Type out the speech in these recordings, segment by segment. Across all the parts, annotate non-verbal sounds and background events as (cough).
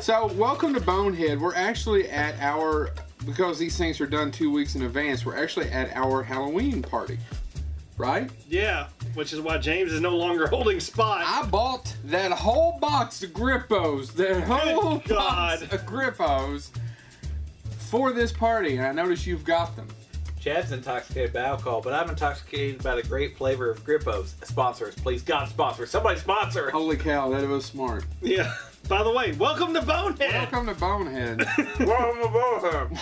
So, welcome to Bonehead. We're actually at our because these things are done two weeks in advance. We're actually at our Halloween party, right? Yeah, which is why James is no longer (laughs) holding spot. I bought that whole box of Grippos, that whole box God. of Grippos for this party, and I noticed you've got them. Chad's intoxicated by alcohol, but I'm intoxicated by the great flavor of Grippos. Sponsor us, please. God, sponsor. us. Somebody (laughs) sponsor. us. Holy cow, that was smart. yeah. By the way, welcome to Bonehead. Welcome to Bonehead. (laughs)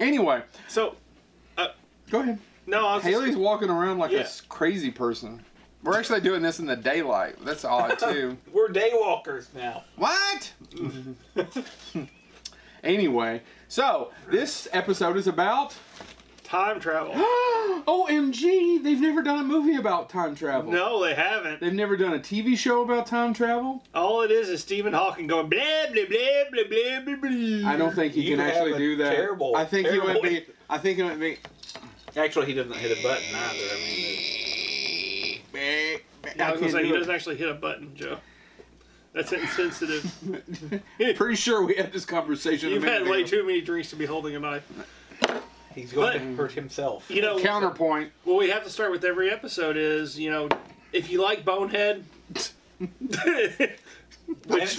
Anyway, So, go ahead. no, I was just- Haley's walking around like a Yeah. s- crazy person. We're actually doing this in the daylight. That's odd too. We're daywalkers now. what? anyway, so this episode is about (gasps) time travel. OMG, they've never done a movie about time travel. No, they haven't. They've never done a TV show about time travel. All it is is Stephen Hawking going blah blah blah blah blah blah blah. I don't think he (laughs) You can have actually a do that. terrible- I think he terrible- would be. I think it would be. Actually, he doesn't hit a button either. I mean, I was can't gonna say he do it. doesn't actually hit a button, Joe. (laughs) That's insensitive. Pretty sure we had this conversation. a You've minute had way ago. too many drinks to be holding a knife. he's going But- to hurt himself. You know, Counterpoint. what we have to start with every episode is, you know, if you (laughs) like Bonehead, (laughs) which, (laughs) And-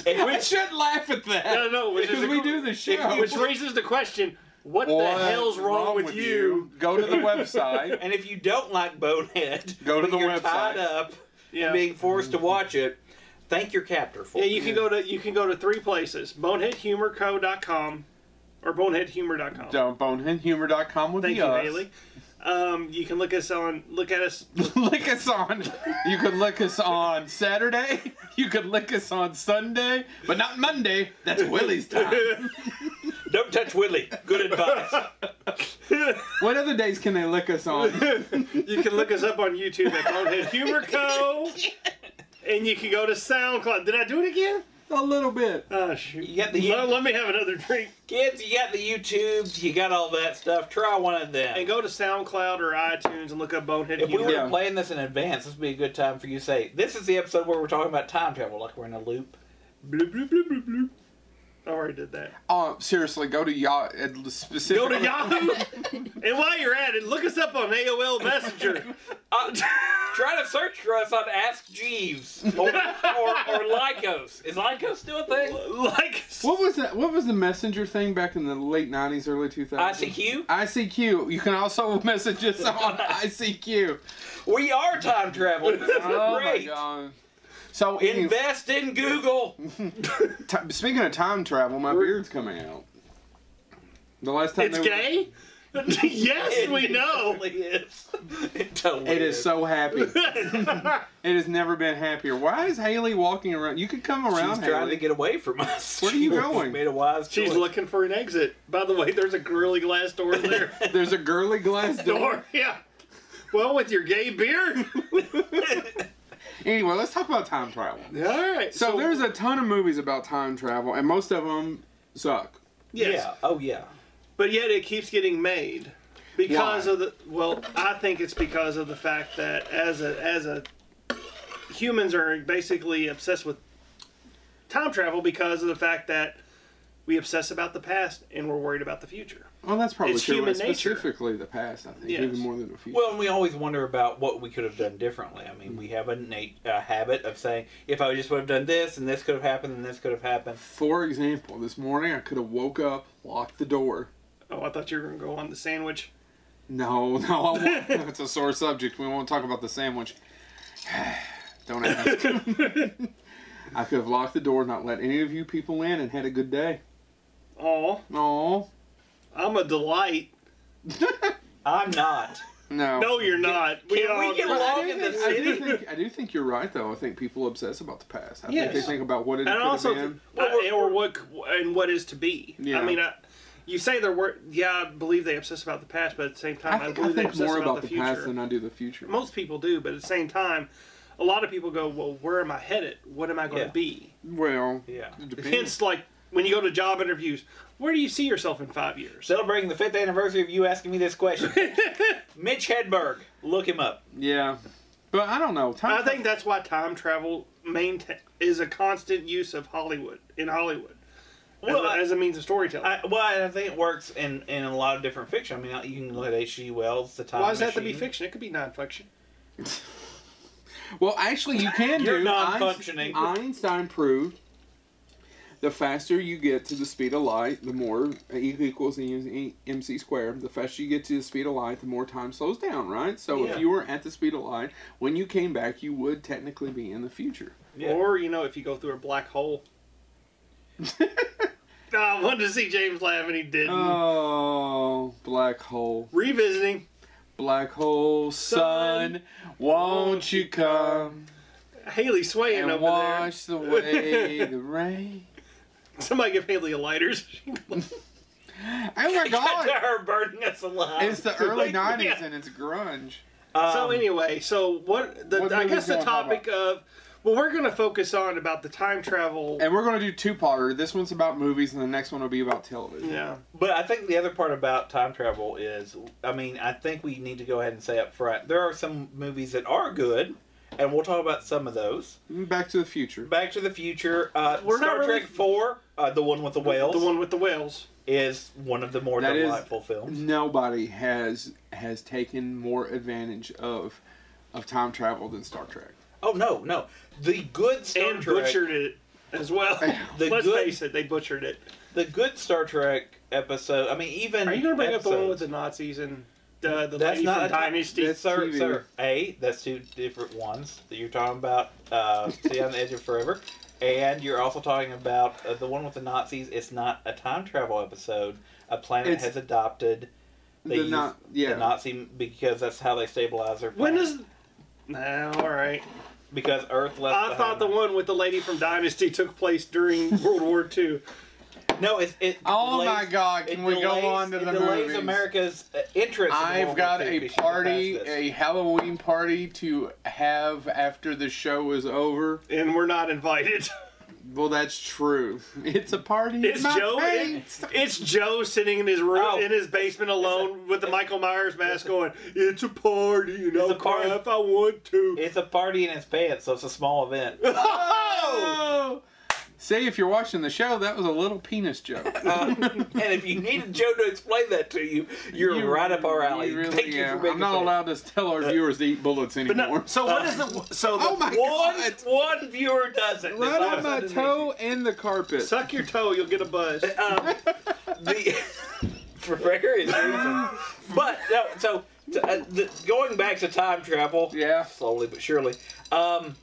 and I which- should laugh at that. No, no, which is because a we cool- do the show. which raises the question: What the hell's wrong, with, you? Go (laughs) to the website. and if you don't (laughs) like Bonehead, Go to the when you're website. Tied up, Yeah. being forced to watch it. Thank your captor for. Yeah, it. you can go to you can go to three places: boneheadhumorco.com or boneheadhumor.com. Don't bonehumor.com would Thank be you, us. Haley. Um, you can look us on look at us (laughs) lick us on. You could lick us on Saturday. (laughs) You could lick us on Sunday, but not Monday. That's Willie's time. (laughs) Don't touch Willie. Good advice. What other days can they lick us (laughs) on? You can look us up on YouTube at Bonehead Humor Co. (laughs) And you can go to SoundCloud. Did I do it again? A little bit. Oh shoot! You got the- let, let me have another drink Kids, you got the YouTubes. You got all that stuff. Try one of them. and go to SoundCloud or iTunes and look up Bonehead If we Humor. were Yeah. playing this in advance, this would be a good time for you to say, This is the episode where we're talking about time travel, like we're in a loop. Bloop, bloop, bloop, bloop, bloop. I already did that. Oh, seriously, go to uh, y'all Go specifically. to Yahoo, and while you're at it, look us up on AOL Messenger. Uh, (laughs) try to search for us on Ask Jeeves or, or, or Lycos. Is Lycos still a thing? like, us. What was that? What was the messenger thing back in the late '90s, early 2000s? ICQ? ICQ. You can also (laughs) message us on (laughs) ICQ. We are time traveling. This is Oh my great. god. So, any, Invest in Google. t- speaking of time travel, my beard's coming out. The last time it's they were- gay. (laughs) yes, we know. It totally (laughs) is. It totally It is so (laughs) happy. it has never been happier. Why is Haley walking around? You could come She's around, trying Haley. to get away from us. Where are you She going? Made a wise She's choice. looking for an exit. By the way, there's a girly glass door there. There's a girly glass door. (laughs) door, yeah. Well, with your gay (laughs) beard. Anyway, let's talk about time travel. All right. So, there's a ton of movies about time travel, and most of them suck. yes. Yeah. Oh, yeah. But yet it keeps getting made because Why? of the well, I think it's because of the fact that as a as a humans are basically obsessed with time travel because of the fact that we obsess about the past and we're worried about the future. Well, that's probably It's true. human and nature. Specifically, the past, I think, Yes. even more than the future. Well, and we always wonder about what we could have done differently. I mean, we have a, nat- a habit of saying, if I just would have done this, and this could have happened, and this could have happened. For example, this morning I could have woke up, locked the door. Oh, I thought you were going to go on the sandwich. No, (laughs) no, I won't. it's a sore subject. We won't talk about the sandwich. (sighs) Don't ask. I could have locked the door, not let any of you people in, and had a good day. Oh, No, I'm a delight. I'm not. no. No, you're not. We Can we all get But I along do, in the think, I, do city? think, I do think you're right, though. I think people obsess about the past. I think they Yes. think about what it could and have also been. Well, I- we're- or what and what is to be. Yeah. I mean, I, you say they're wor- yeah, I believe they obsess about the past, but at the same time, I I, think I believe they think obsess more about, the, future. past than I do the future. Most people do, but at the same time, a lot of people go, "Well, where am I headed? What am I going Yeah. to be?" Well, Yeah. it depends. Hence, like when you go to job interviews, Where do you see yourself in five years? Celebrating the fifth anniversary of you asking me (laughs) this question. Mitch Hedberg, look him up. Yeah, but I don't know. Time I think that's why time travel maintain is a constant use of Hollywood in Hollywood as, Well, a, I- as a means of storytelling. I, well, I think it works in, in a lot of different fiction. I mean, you can look at H.G. Wells, The Time why does that have to be Machine. fiction? It could be non-fiction. Well, actually, you can You're do. non-functioning. Einstein, Einstein proved the faster you get to the speed of light, the more E equals E- mc squared. The faster you get to the speed of light, the more time slows down. Right. So Yeah. if you were at the speed of light when you came back, you would technically be in the future. (laughs) Yeah. Or you know, if you go through a black hole. Ah, (laughs) I wanted to see James laugh and he didn't. Uh, Oh, black hole, Revisiting. black hole, sun, won't you come Haley swaying and over wash away the rain? there. Somebody give Haley a lighter. (laughs) Oh (laughs) my Cut to God! her burning us alive. It's (laughs) the early Yeah. '90s and it's grunge. Um, so anyway, so what? The, What I movie's guess the gonna pop topic of well, we're going to focus on about the time travel. And we're gonna do two parter. This one's about movies, and the next one will be about television. Yeah, But I think the other part about time travel is, I mean, I think we need to go ahead and say up front there are some movies that are good, and we'll talk about some of those. Mm-hmm. Back to the Future. Back to the Future, uh, We're Star not really- Trek Four, uh, the one with the whales, the one with the whales. is one of the more That is- delightful films. Nobody has has taken more advantage of of time travel than Star Trek. Oh no, no, the good Star and Trek, butchered it as well. (laughs) The Let's good- face it, they butchered it. the good Star Trek episode. I mean, even Are you going to bring up the one with episodes. the Nazis and uh, the, the That's lady not from a time- Dynasty? that's- Sir, TV. sir, A, that's two different ones that you're talking about. Uh, Stay on the Edge of Forever, and you're also talking about uh, the one with the Nazis. It's not a time travel episode. A planet It's- has adopted They The use not yeah. the Nazi because that's how they stabilize their. When planet. is? Nah, all right. because Earth left? I thought the behind- one with the lady from Dynasty took place during World War II. No, it's it. oh my delays- God! it Can we delays- go on to it the delays movies? America's uh, interest. in I've World got War II a because she's party, past this. a Halloween party to have after the show is over. and we're not (laughs) invited. Well, that's true. (laughs) It's a party. It's in my Joe. it- pants. it's Joe sitting in his room, Oh. in his basement alone, with the Michael Myers mask, going, "It's a party, you know, a party. if I want to." It's a party in his pants, so it's a small event. Oh! See, if you're watching the show, that was a little penis (laughs) joke. Uh, and if you needed Joe to explain that to you, you're You- right up our alley. you really Thank you am. for being I'm not allowed to tell our viewers to eat bullets Uh, But anymore. no, so what is the so the, oh my One, god! one viewer does it. Right That's on my awesome. toe and the carpet. suck your toe, you'll get a buzz. Um, (laughs) the, (laughs) for various reasons. But, no, so, t- uh, the, going back to time travel, yeah. slowly but surely, um,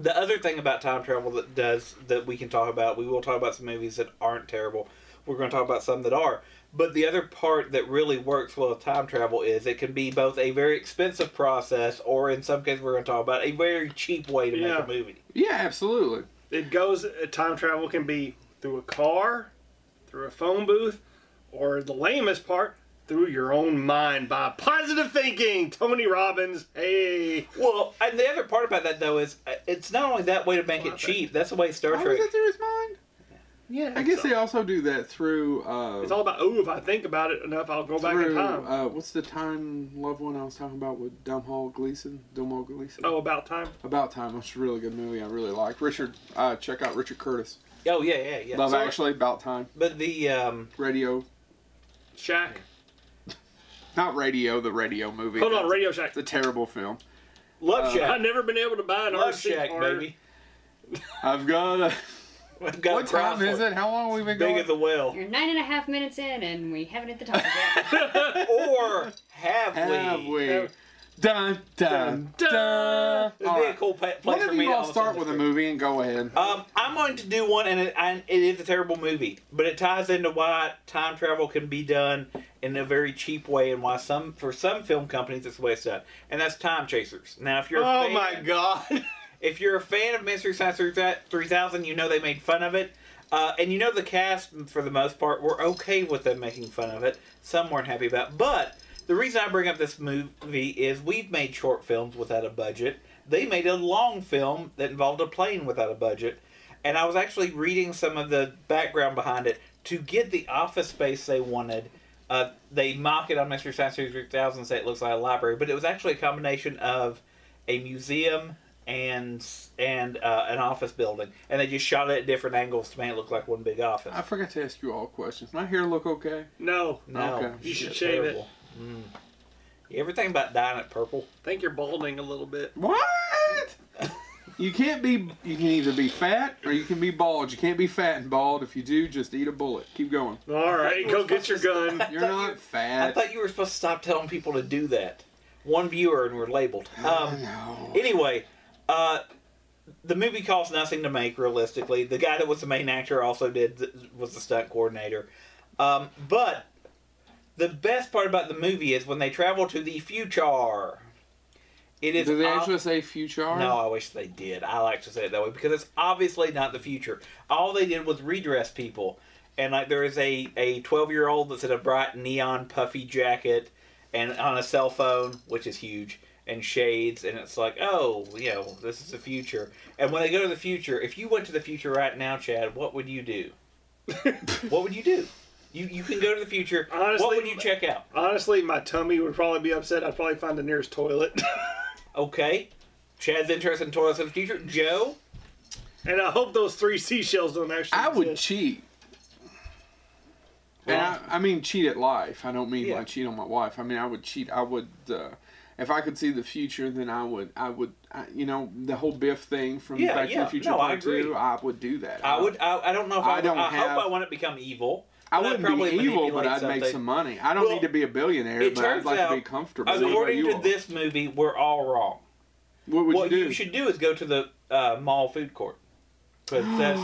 the other thing about time travel that does, that we can talk about, we will talk about some movies that aren't terrible. We're going to talk about some that are. But the other part that really works well with time travel is it can be both a very expensive process, or in some cases, we're going to talk about a very cheap way to Yeah. make a movie. Yeah, absolutely. It goes. uh, Time travel can be through a car, through a phone booth, or the lamest part, through your own mind by positive thinking. Tony Robbins. Hey. Well, and the other part about that though is uh, it's not only that way to make Well, it I think- cheap. That's the way Star How was Trek. that through his mind? Yeah. I guess they also do that through. Uh, It's all about. Oh, if I think about it enough, I'll go back in through, time. Uh, what's the time loved one I was talking about with Dumhall Gleason? Dumhall Gleason. oh, about time. About time. That's a really good movie. I really like Richard. Uh, check out Richard Curtis. Oh yeah, yeah, yeah. Love So- Actually. About time. But the um, Radio. Shaq. Not radio. The radio movie. Hold on, That's- Radio Shack. It's a terrible film. Love Uh, (laughs) I've Shack, never been able to buy an Love RC Shack, card. baby. I've got a. I've (laughs) got what a time crossword. is it? How long have we been Big going? as the (laughs) well, You're nine and a half minutes in, and we haven't hit the topic yet. or have, Have we? Have- Dun dun Dun, dun. dun. It'd All be a right. cool pa- place One for of me. you to all also start with a describe. movie and go (laughs) ahead. Um, I'm going to do one, and it, and it is a terrible movie, but it ties into why time travel can be done in a very cheap way, and why some for some film companies it's the way it's done, and that's Time Chasers. Now, if you're a Oh fan- my God. If you're a fan of Mystery Science 3000, you know they made fun of it. Uh, and you know the cast, for the most part, were okay with them making fun of it. Some weren't happy about it. But the reason I bring up this movie is we've made short films without a budget. They made a long film that involved a plane without a budget. And I was actually reading some of the background behind it. to get the office space they wanted, uh, they mock it on Mystery Science Theater 3000 and say it looks like a library, but it was actually a combination of a museum and and uh, an office building, and they just shot it at different angles to make it look like one big office. I forgot to ask you all questions. My hair look okay? No, no, Okay. You should it's shave it. terrible. Mm. You ever think about dyeing it purple? I think you're balding a little bit. What? you can't be. You can either be fat or you can be bald. You can't be fat and bald. If you do, just eat a bullet. Keep going. All right, you go were get your gun. (laughs) You're thought not you- I fat. thought you were supposed to stop telling people to do that. One viewer and we're labeled. Um, no. Anyway, uh, the movie costs nothing to make. Realistically, the guy that was the main actor also did was the stunt coordinator. Um, but the best part about the movie is when they travel to the future. It is Do they ob- actually say future? no, I wish they did. I like to say it that way because it's obviously not the future. All they did was redress people, and like there is a a twelve year old that's in a bright neon puffy jacket and on a cell phone, which is huge, and shades, and it's like, oh, you know, this is the future. And when they go to the future, if you went to the future right now, Chad, what would you do? what would you do? You you can go to the future. what Honestly, would you check out? Honestly, my tummy would probably be upset. I'd probably find the nearest toilet. (laughs) Okay, Chad's interested in toilets of the future. Joe. and I hope those three seashells don't actually I would exist. cheat. And I, I mean cheat at life. I don't mean Yeah. like cheat on my wife. I mean I would cheat. I would, uh, if I could see the future, then I would. I would. I, you know the whole Biff thing from Yeah, Back yeah. to the Future No, I Part Two. agree. I would do that. I would. I, I don't know if I I. would- don't I have- hope I wouldn't become evil. I but I'd wouldn't probably be evil, but manipulate I'd make something. some money. I don't Well, need to be a billionaire, it but I'd turns like to be out, comfortable. What about According you to all? this movie, we're all wrong. what would what you (gasps) you, do? should do is go to the uh, mall food court. (gasps) 'Cause that's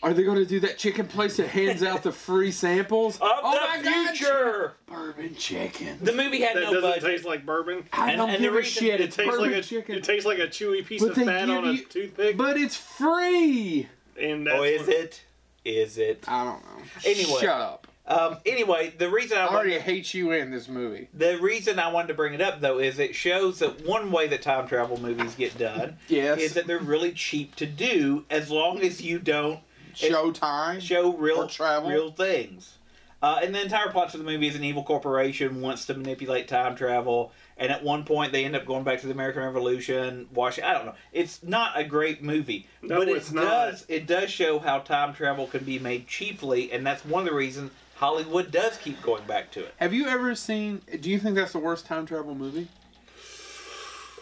Are they going to do that chicken place that hands out the free samples? of oh my the God, future. bourbon chicken. The movie had That no doesn't budget. taste like bourbon. I And- don't and the give a reason shit. It It's tastes bourbon like a chicken. it tastes like a chewy piece But of they fat give on a you- toothpick. But it's free. and that's oh, is what- it? Is it? I don't know. Anyway. shut up. Um, anyway, the reason I I already wanted, hate you in this movie. the reason I wanted to bring it up though is it shows that one way that time travel movies get done (laughs) Yes. is that they're really cheap to do as long as you don't Showtime. show real Or travel. real things. Uh, and the entire plot of the movie is an evil corporation wants to manipulate time travel, and at one point they end up going back to the American Revolution. Wash, I don't know. It's not a great movie, No, but it it's not. does it does show how time travel can be made cheaply, and that's one of the reasons Hollywood does keep going back to it. Have you ever seen? Do you think that's the worst time travel movie?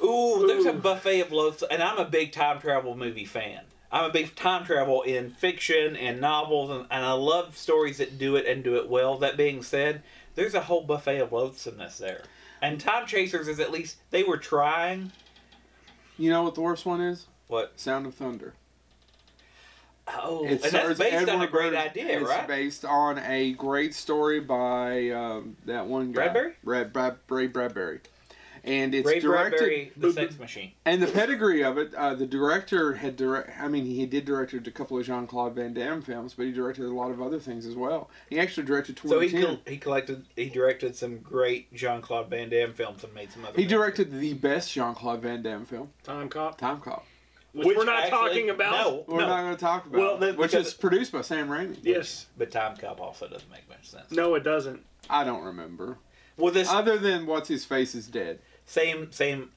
Ooh, there's a Ooh. buffet of loaves, and I'm a big time travel movie fan. I'm a big time travel in fiction and novels, and, and I love stories that do it and do it well. That being said, there's a whole buffet of loathsomeness there. And Time Chasers is at least, they were trying. You know what the worst one is? What? Sound of Thunder. Oh, It and stars that's based on a Edward great Burns- idea, it's right? based on a great story by um, that one guy. Bradbury? Brad, Brad, Ray Bradbury. And it's Ray directed. Bradbury, The Sex Machine. And the pedigree of it, uh, the director had direct. I mean, he did directed a couple of Jean Claude Van Damme films, but he directed a lot of other things as well. He actually directed So he 2010. col- he collected, he directed some great Jean Claude Van Damme films and made some other. he movies. directed the best Jean Claude Van Damme film, Time cop, Time Cop. which, we're not actually- talking about. No, We're no. not going to talk about Well, that- which because- is produced by Sam Raimi. Yes. But Time Cop also doesn't make much sense. No, it doesn't. I don't remember. Well, this Other than what's his face is dead. same same.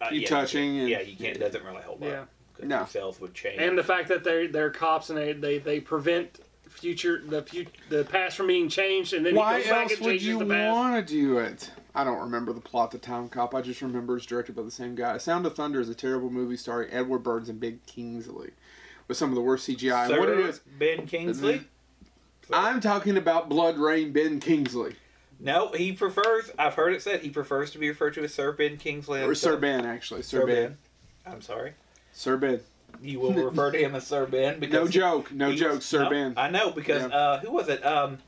Uh, You yeah, touching Yeah, and- yeah, you can't. Doesn't really hold Yeah. up. 'cause No. Your cells would change. And the fact that they're they're cops and they they, they prevent future the fu- the past from being changed and then Why he goes back else and would changes you the past. want to do it? I don't remember the plot to Time Cop. I just remember it's directed by the same guy. Sound of Thunder is a terrible movie starring Edward Burns and Big Kingsley, with some of the worst CGI. Sir and what it is, Mm-hmm. Ben Kingsley? I'm talking about Blood Rain Ben Kingsley No, he prefers. I've heard it said he prefers to be referred to as Sir Ben Kingsley. or and Sir Ben actually. Sir, Sir ben. Ben. I'm sorry. Sir Ben. You will refer to him as Sir Ben because No joke. No he- joke. Sir no, Ben. I know because Yeah. uh, who was it? Um,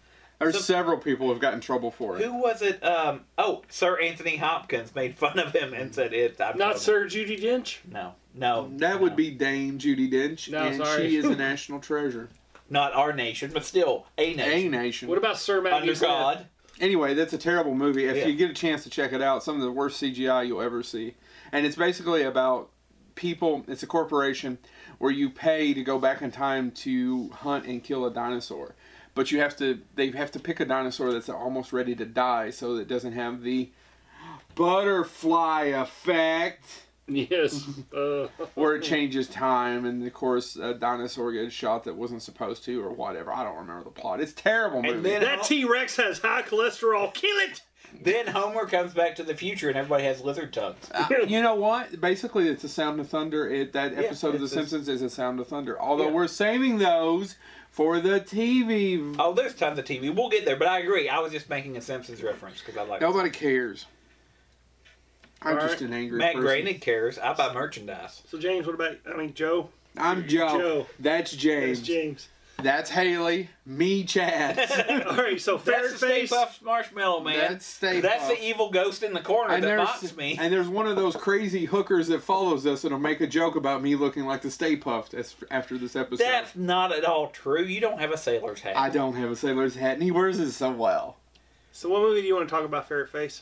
There's so- several people who have gotten in trouble for it. who was it? Um, oh, Sir Anthony Hopkins made fun of him and said it. I'm Not joking. Sir Judy Dench. No, no. That no. would be Dame Judy Dench, No, and sorry. she is (laughs) a national treasure. not our nation, but still a A nation nation. What about Sir Maggie under Smith? (laughs) God. Anyway, that's a terrible movie. If Yeah. you get a chance to check it out, some of the worst CGI you'll ever see. And it's basically about people, it's a corporation where you pay to go back in time to hunt and kill a dinosaur. But you have to they have to pick a dinosaur that's almost ready to die so that it doesn't have the butterfly effect Yes. Uh, where it changes time and of course a dinosaur gets shot that wasn't supposed to or whatever. I don't remember the plot. It's a terrible movie. then- That T Rex has high cholesterol. Kill it. Then Homer comes back to the future and everybody has lizard tongues. (laughs) you know what? Basically, it's a sound of thunder. It, that episode of The it's a- Simpsons is a sound of thunder. Although Yeah. we're saving those for the TV. Oh, there's tons of TV. We'll get there, but I agree. I was just making a Simpsons reference because I like Nobody cares. I'm All just an angry Matt person. Groening cares. I buy merchandise. So James, what about? I mean Joe. I'm Joe. Joe. That's James. That's James. That's Haley. Me, (laughs) Chad. All right. So That's the Stay Ferretface. Puft Marshmallow Man. That's Stay That's Puft. the evil ghost in the corner that there's, mocks me. and there's one of those crazy hookers that follows us that'll make a joke about me looking like the Stay Puffed as, after this episode. That's not at all true. You don't have a sailor's hat. I don't have a sailor's hat, and he wears it so well. So what movie do you want to talk about? Ferretface.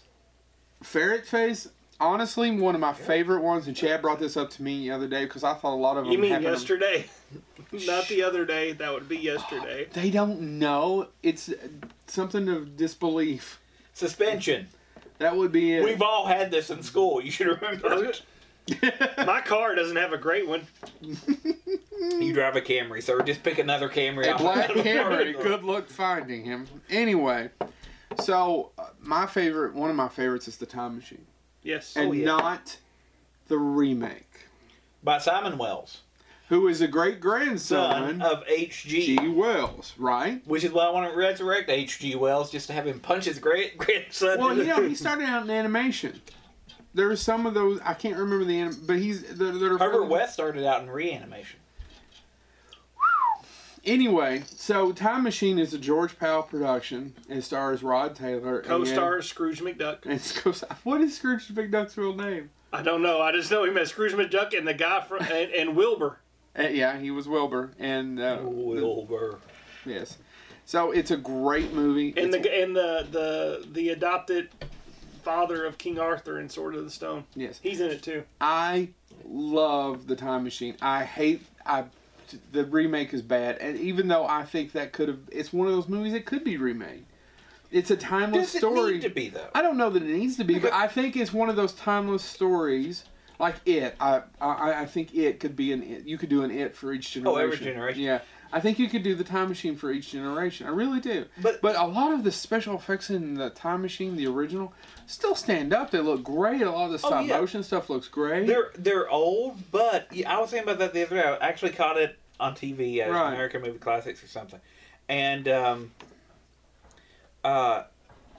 Ferret face, honestly, one of my favorite ones, and Chad brought this up to me the other day because I thought a lot of them. You mean happened- yesterday? (laughs) Not the other day. That would be (gasps) yesterday. They don't know. It's uh, something of disbelief. Suspension. That would be it. We've all had this in school. You should (laughs) remember. it. My car doesn't have a great one. You drive a Camry, sir. Just pick another Camry. a (laughs) off black the Camry. road. Good luck finding him. Anyway, so uh, my favorite, one of my favorites, is the Time Machine, Yes. and Oh, yeah. not the remake. (laughs) By Simon Wells, Who is a great son grandson of H.G. G. Wells, right? Which is why I want to resurrect H.G. Wells just to have him punch his great grandson. Well, you know, he started out in animation. There are some of those I can't remember the, anim- but he's they're, they're (laughs) (laughs) Herbert West started out in reanimation. Anyway, so Time Machine is a George Powell production. It stars Rod Taylor. and- Co-star Scrooge McDuck. And (laughs) it's co- what is Scrooge McDuck's real name? I don't know. I just know him as Scrooge McDuck and the guy from and, and Wilbur. Uh, yeah, he was Wilbur, and uh, Wilbur. yes. So it's a great movie. and It's- the and the the the adopted father of King Arthur in Sword of the Stone. yes, He's in it too. I love the Time Machine. I hate I the remake is bad, and even though I think that could have, it's one of those movies that could be remade. It's a timeless Does it story. need to be though? I don't know that it needs to be, but I think it's one of those timeless stories. Like it, I, I I think it could be an it. You could do an it for each generation. Oh, every generation. Yeah, I think you could do the time machine for each generation. I really do. But- but a lot of the special effects in the time machine, the original, still stand up. They look great. A lot of the Oh, stop yeah. motion stuff looks great. They're they're old, but yeah, I was thinking about that the other day. I actually caught it on TV at Right. American Movie Classics or something, and um, uh,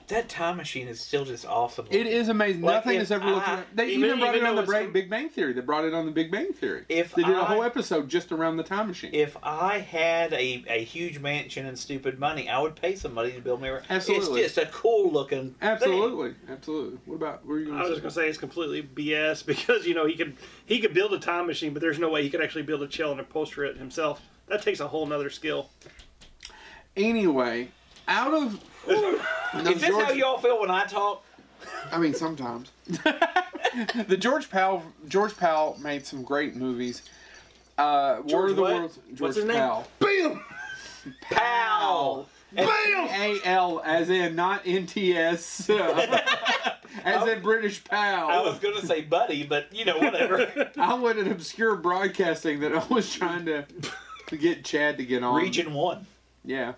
that time machine is still just awesome. It is amazing. Like Nothing if has ever looked. I- at, they even, even- brought even it on though the it's Bra- com- Big Bang Theory. They brought it on the Big Bang Theory. If they did a whole I- episode just around the time machine. If I had a, a huge mansion and stupid money, I would pay somebody to build me. a Absolutely. it's just a cool looking. thing. absolutely, absolutely. What about? What were you I was going just to gonna say? say it's completely BS (laughs) because you know he could he could build a time machine, but there's no way he could actually build a shell and upholster it himself. That takes a whole nother skill. Anyway, out of. No, Is this George- how y'all feel when I talk? I mean, sometimes. the George Powell George Powell made some great movies. Uh, War George of the what? Worlds. George What's his name? Powell. Pow! A L, as in not N T S, (laughs) as in British Powell. I was gonna say buddy, but you know whatever. I went at obscure broadcasting that I was trying to to get Chad to get on. (laughs) Region one. Yeah.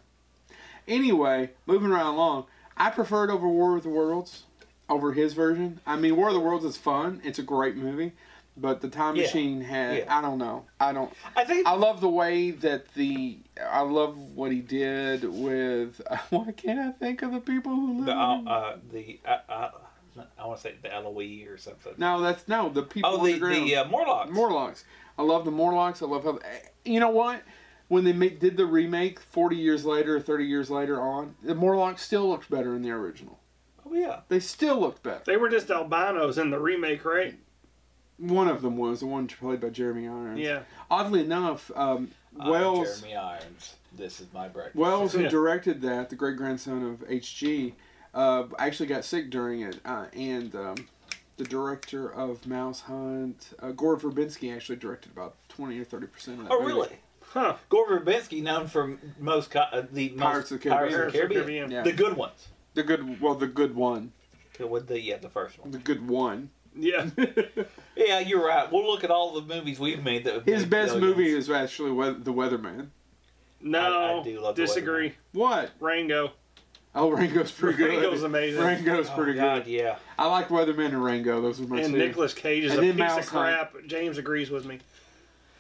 Anyway, moving right along, I preferred over War of the Worlds over his version. I mean, War of the Worlds is fun. It's a great movie, but the Time Yeah. Machine had Yeah. I don't know. I don't. I think I love the way that the I love what he did with. (laughs) Why can't I think of the people who live? the uh, in- uh, the uh, uh, I want to say the Eloise or something. no, that's no the people. oh, the underground. the uh, Morlocks. Morlocks. I love the Morlocks. I love how. You know what? When they ma- did the remake 40 years later, 30 years later on, the Morlocks still looked better in the original. oh yeah. They still looked better. They were just albinos in the remake, right? One of them was the one played by Jeremy Irons. Yeah. Oddly enough, um, I'm Wells Uh, Jeremy Irons. This is my breakfast. Wells, who Yeah. directed that, the great grandson of H.G., uh, actually got sick during it, uh, and um, the director of Mouse Hunt, uh, Gord Verbinski, actually directed about 20 or 30 percent of that. oh movie. really? Huh. Gore Verbinski, known from most co- uh, the most Pirates of the Caribbean. Pirates of the Caribbean. Caribbean. Yeah. the good ones. The good, well, the good one, Good With the yeah, the first one. the good (laughs) one. Yeah. Yeah, you're right. We'll look at all the movies we've made that have His made best billions. movie is actually Weather, The Weatherman. No. I- I do love the disagree. What? Rango. Oh, Rango's pretty good. Rango's amazing. Rango's Oh, pretty God, good. yeah. I like Weatherman and Rango. Those are my and two. Nicolas Cage is And a then piece Mouse of Hunt. crap. James agrees with me.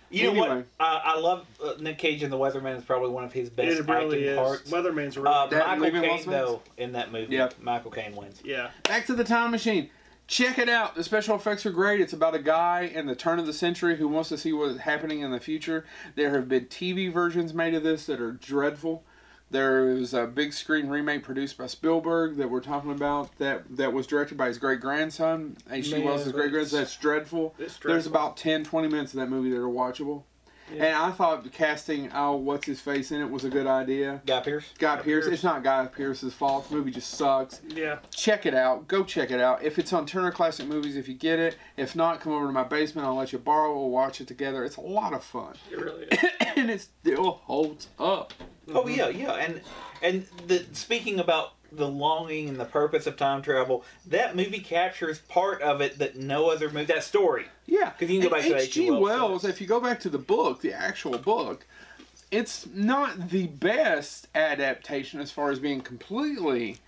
You know Anyway. what? I, I love uh, Nick Cage and the Weatherman is probably one of his best it really acting is. parts. Weatherman's really. Uh, That and Michael Leaving Las Caine Vegas? though in that movie. Yep. Michael Caine wins. yeah. Back to the Time Machine. Check it out. The special effects are great. It's about a guy in the turn of the century who wants to see what's happening in the future. There have been TV versions made of this that are dreadful. There is a big screen remake produced by Spielberg that we're talking about that, that was directed by his great grandson, H.G. Man, Wells' great that's- grandson. That's dreadful. It's There's dreadful. about 10, 20 minutes of that movie that are watchable. And I thought casting Al What's His Face in it was a good idea. Guy Pierce. Guy Pierce, Pearce. it's not Guy Pierce's fault. The movie just sucks Yeah. check it out. Go check it out. If it's on Turner Classic Movies, if you get it. If not, come over to my basement. I'll let you borrow. We'll watch it together. It's a lot of fun, (laughs) It really is. and it still holds up. Oh yeah, yeah, and and the speaking about the longing and the purpose of time travel, that movie captures part of it that no other movie. That story. Yeah, 'Cause you can go And back to H.G. H.G. Wells, Wells. If you go back to the book, the actual book, it's not the best adaptation as far as being completely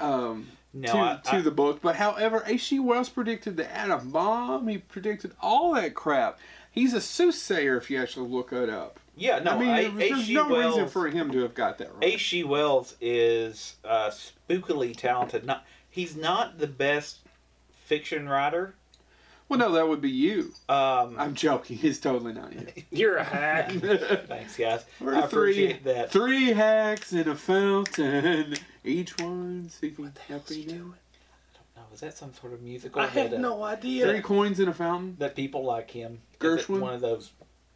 um, No, to, I, to I- the book. But however, H.G. Wells predicted the atom bomb. He predicted all that crap. He's a soothsayer if you actually look it up. yeah, no. I mean, I- there- there's H.G. no reason Wells- for him to have got that wrong. H.G. Wells is uh, spookily talented. Not he's not the best fiction writer. well, no, that would be you. Um, I'm joking. He's totally not you. (laughs) You're a hack. (laughs) thanks, guys. We're (laughs) I three, appreciate that. three hacks in a fountain, each one seeking happiness. No, was that some sort of musical? I have that, uh, no Three idea. coins in a fountain. that people like him. Is it Gershwin? One of those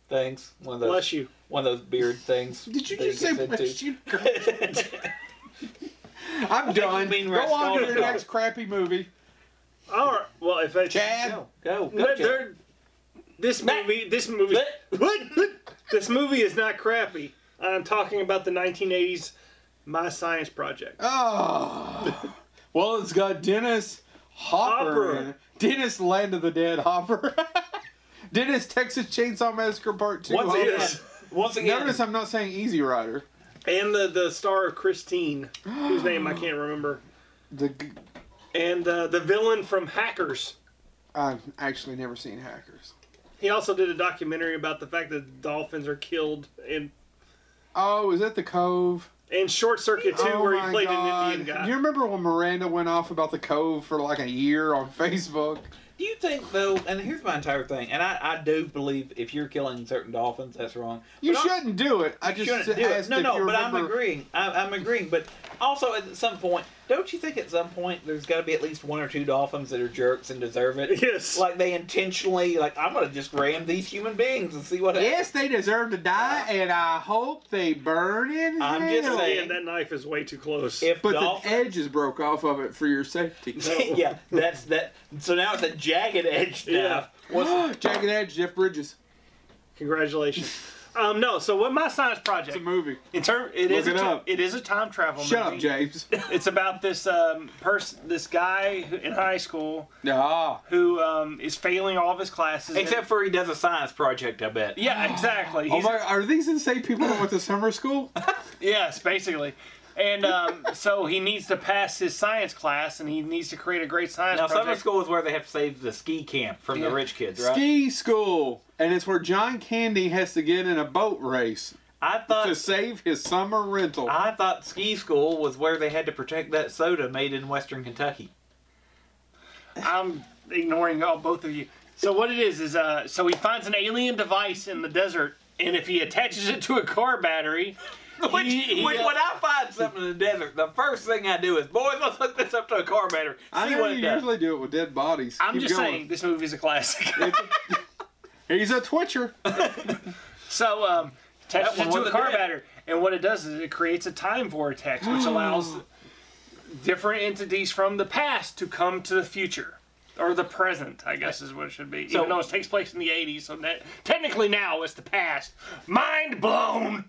things. One of those. Bless you. One of those beard things. Did you that he just say gets into. bless you? (laughs) (laughs) I'm think you done. mean Go on to your Raskolnikov. next crappy movie. All right. Well, if it's Chad. go, go, go, But Jack. they're- this movie, this movie, (laughs) this movie is not crappy. I'm talking about the 1980s My Science Project. Oh. (laughs) Well, it's got Dennis Hopper. Hopper. in it. Dennis Land of the Dead Hopper. (laughs) Dennis Texas Chainsaw Massacre Part 2. Once Hopper. again, Yes. once again, Notice I'm not saying Easy Rider. And the, the star of Christine, whose name I can't remember. The g- And uh, the villain from Hackers. I've actually never seen Hackers. He also did a documentary about the fact that dolphins are killed in Oh, is that the Cove? and Short Circuit 2 oh where my he played God. an Indian guy. Do you remember when Miranda went off about the Cove for like a year on Facebook? do you think though? And here's my entire thing, and I, I do believe if you're killing certain dolphins, that's wrong. You But I'm- shouldn't do it. I just shouldn't do it. asked No, if no, you but I'm remember- agreeing. I, I'm agreeing. But also at some point, don't you think at some point there's got to be at least one or two dolphins that are jerks and deserve it? Yes. Like they intentionally, like I'm gonna just ram these human beings and see what Yes, they deserve to die, and I hope they burn in I'm hell. just saying- Again, that knife is way too close. If But dolphins, the edges broke off of it for your safety. (laughs) yeah, that's that. So now it's a jagged edge Yeah. knife. What's- (gasps) Jagged Edge, Jeff Bridges. Congratulations. um, no, so what my science project It's a movie. In term, it Look is it a ti- up. it is a time travel Shut movie. up, (laughs) James. It's about this um, person, this guy who, in high school no. who um, is failing all of his classes. except for he does a science project, I bet. yeah, (gasps) exactly. Oh He's, my, are these the same people that went to summer (laughs) school? Yes, basically. And um, so he needs to pass his science class, and he needs to create a great science Now summer project. school is where they have to save the ski camp from Yeah. the rich kids, right? Ski school, and it's where John Candy has to get in a boat race I thought to save his summer rental. I thought ski school was where they had to protect that soda made in Western Kentucky. I'm ignoring all both of you. So what it is is uh, so he finds an alien device in the desert, and if he attaches it to a car battery, (laughs) Which, he- uh, which when I find something in the desert, the first thing I do is, boys, let's hook this up to a car battery. See I know what it you does. usually do it with dead bodies. I'm Keep just going. saying this movie's a classic. He's a (laughs) twitcher. (laughs) So um, attaches That it one to a wasn't car it. battery, and what it does is it creates a time vortex, (gasps) which allows different entities from the past to come to the future. or the present, I guess is what it should be. So- Even though it takes place in the 80s, so that, technically now it's the past. Mind blown.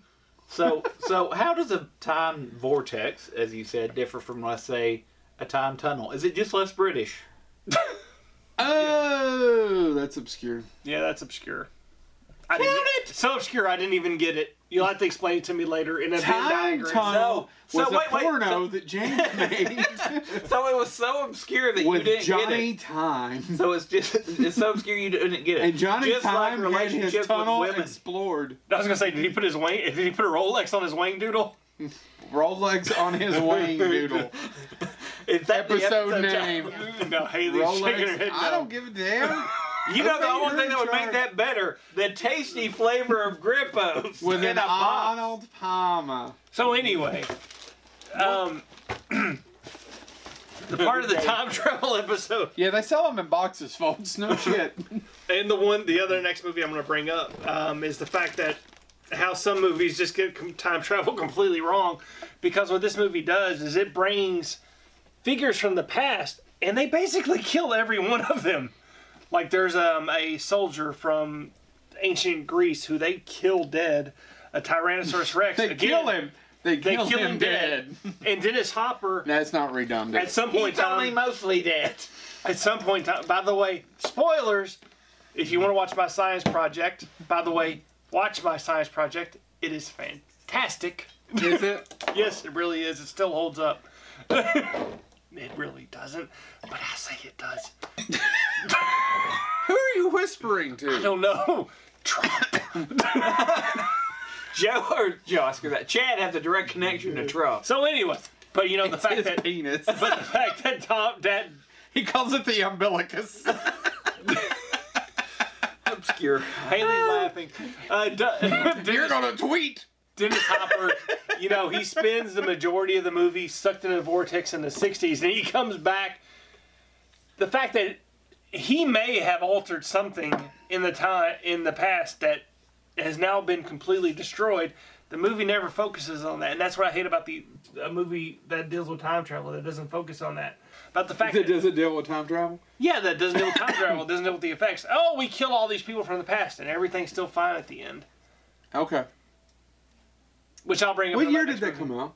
So, so how does a time vortex, as you said, differ from let's say a time tunnel? Is it just less British? Oh, that's obscure. Yeah, that's obscure. I didn't get, So obscure, I didn't even get it. You'll have to explain it to me later in a Venn Time diagram. Tunnel So- was so wait, a wait, porno so- that (laughs) James made So it was so obscure that you with didn't get Johnny it. Time. So it's just it's so obscure you didn't get it. And Johnny just Time had his relationships tunnel with women. explored. I was gonna say, did he put his wing? Did he put a Rolex on his (laughs) wing doodle? Rolex on his wing doodle. Is that the Episode John? name. no, Haley's shaking her head. Rolex. No. I don't give a damn. You (laughs) know the Okay, only thing that would trying. make that better: the tasty flavor of Grippos With in an a box. Arnold Palmer. So anyway, um, the part of the time (laughs) travel episode Yeah, they sell them in boxes, folks. No shit. and the one, the other next movie I'm gonna bring up um, is the fact that how some movies just get com- time travel (laughs) completely wrong, because what this movie does is it brings figures from the past and they basically (laughs) kill every one of them. Like there's um, a soldier from ancient Greece who they kill dead, a Tyrannosaurus Rex. (laughs) They again, kill him. They They kill, him, dead. and Dennis Hopper That's not redundant. at some point He's in only time. mostly dead. At some point in time. By the way, spoilers. If you want to watch my science project, by the way, watch my science project. It is fantastic. Is (laughs) it? Yes, it really is. It still holds up. (laughs) it really doesn't, but I say it does. Who are you whispering I to? don't know. (laughs) Trump. Joe or Joe, I screwed that. Chad has a direct connection to Trump. So anyway, but you know the fact His that, penis. but the fact that Tom, that (laughs) he calls it the umbilicus. Obscure. Haley's laughing. Uh, (laughs) Du- You're gonna tweet. Dennis Hopper, you know, he spends the majority of the movie sucked in a vortex in the 60s, and he comes back. The fact that he may have altered something in the time in the past that has now been completely destroyed. The movie never focuses on that, and that's what I hate about the a movie that deals with time travel that doesn't focus on that. About the fact That that, doesn't deal with time travel. yeah, that doesn't deal with time travel, doesn't deal with the effects. Oh, we kill all these people from the past, and everything's still fine at the end. Okay. Which I'll bring up. What in my year next did that movie. come out?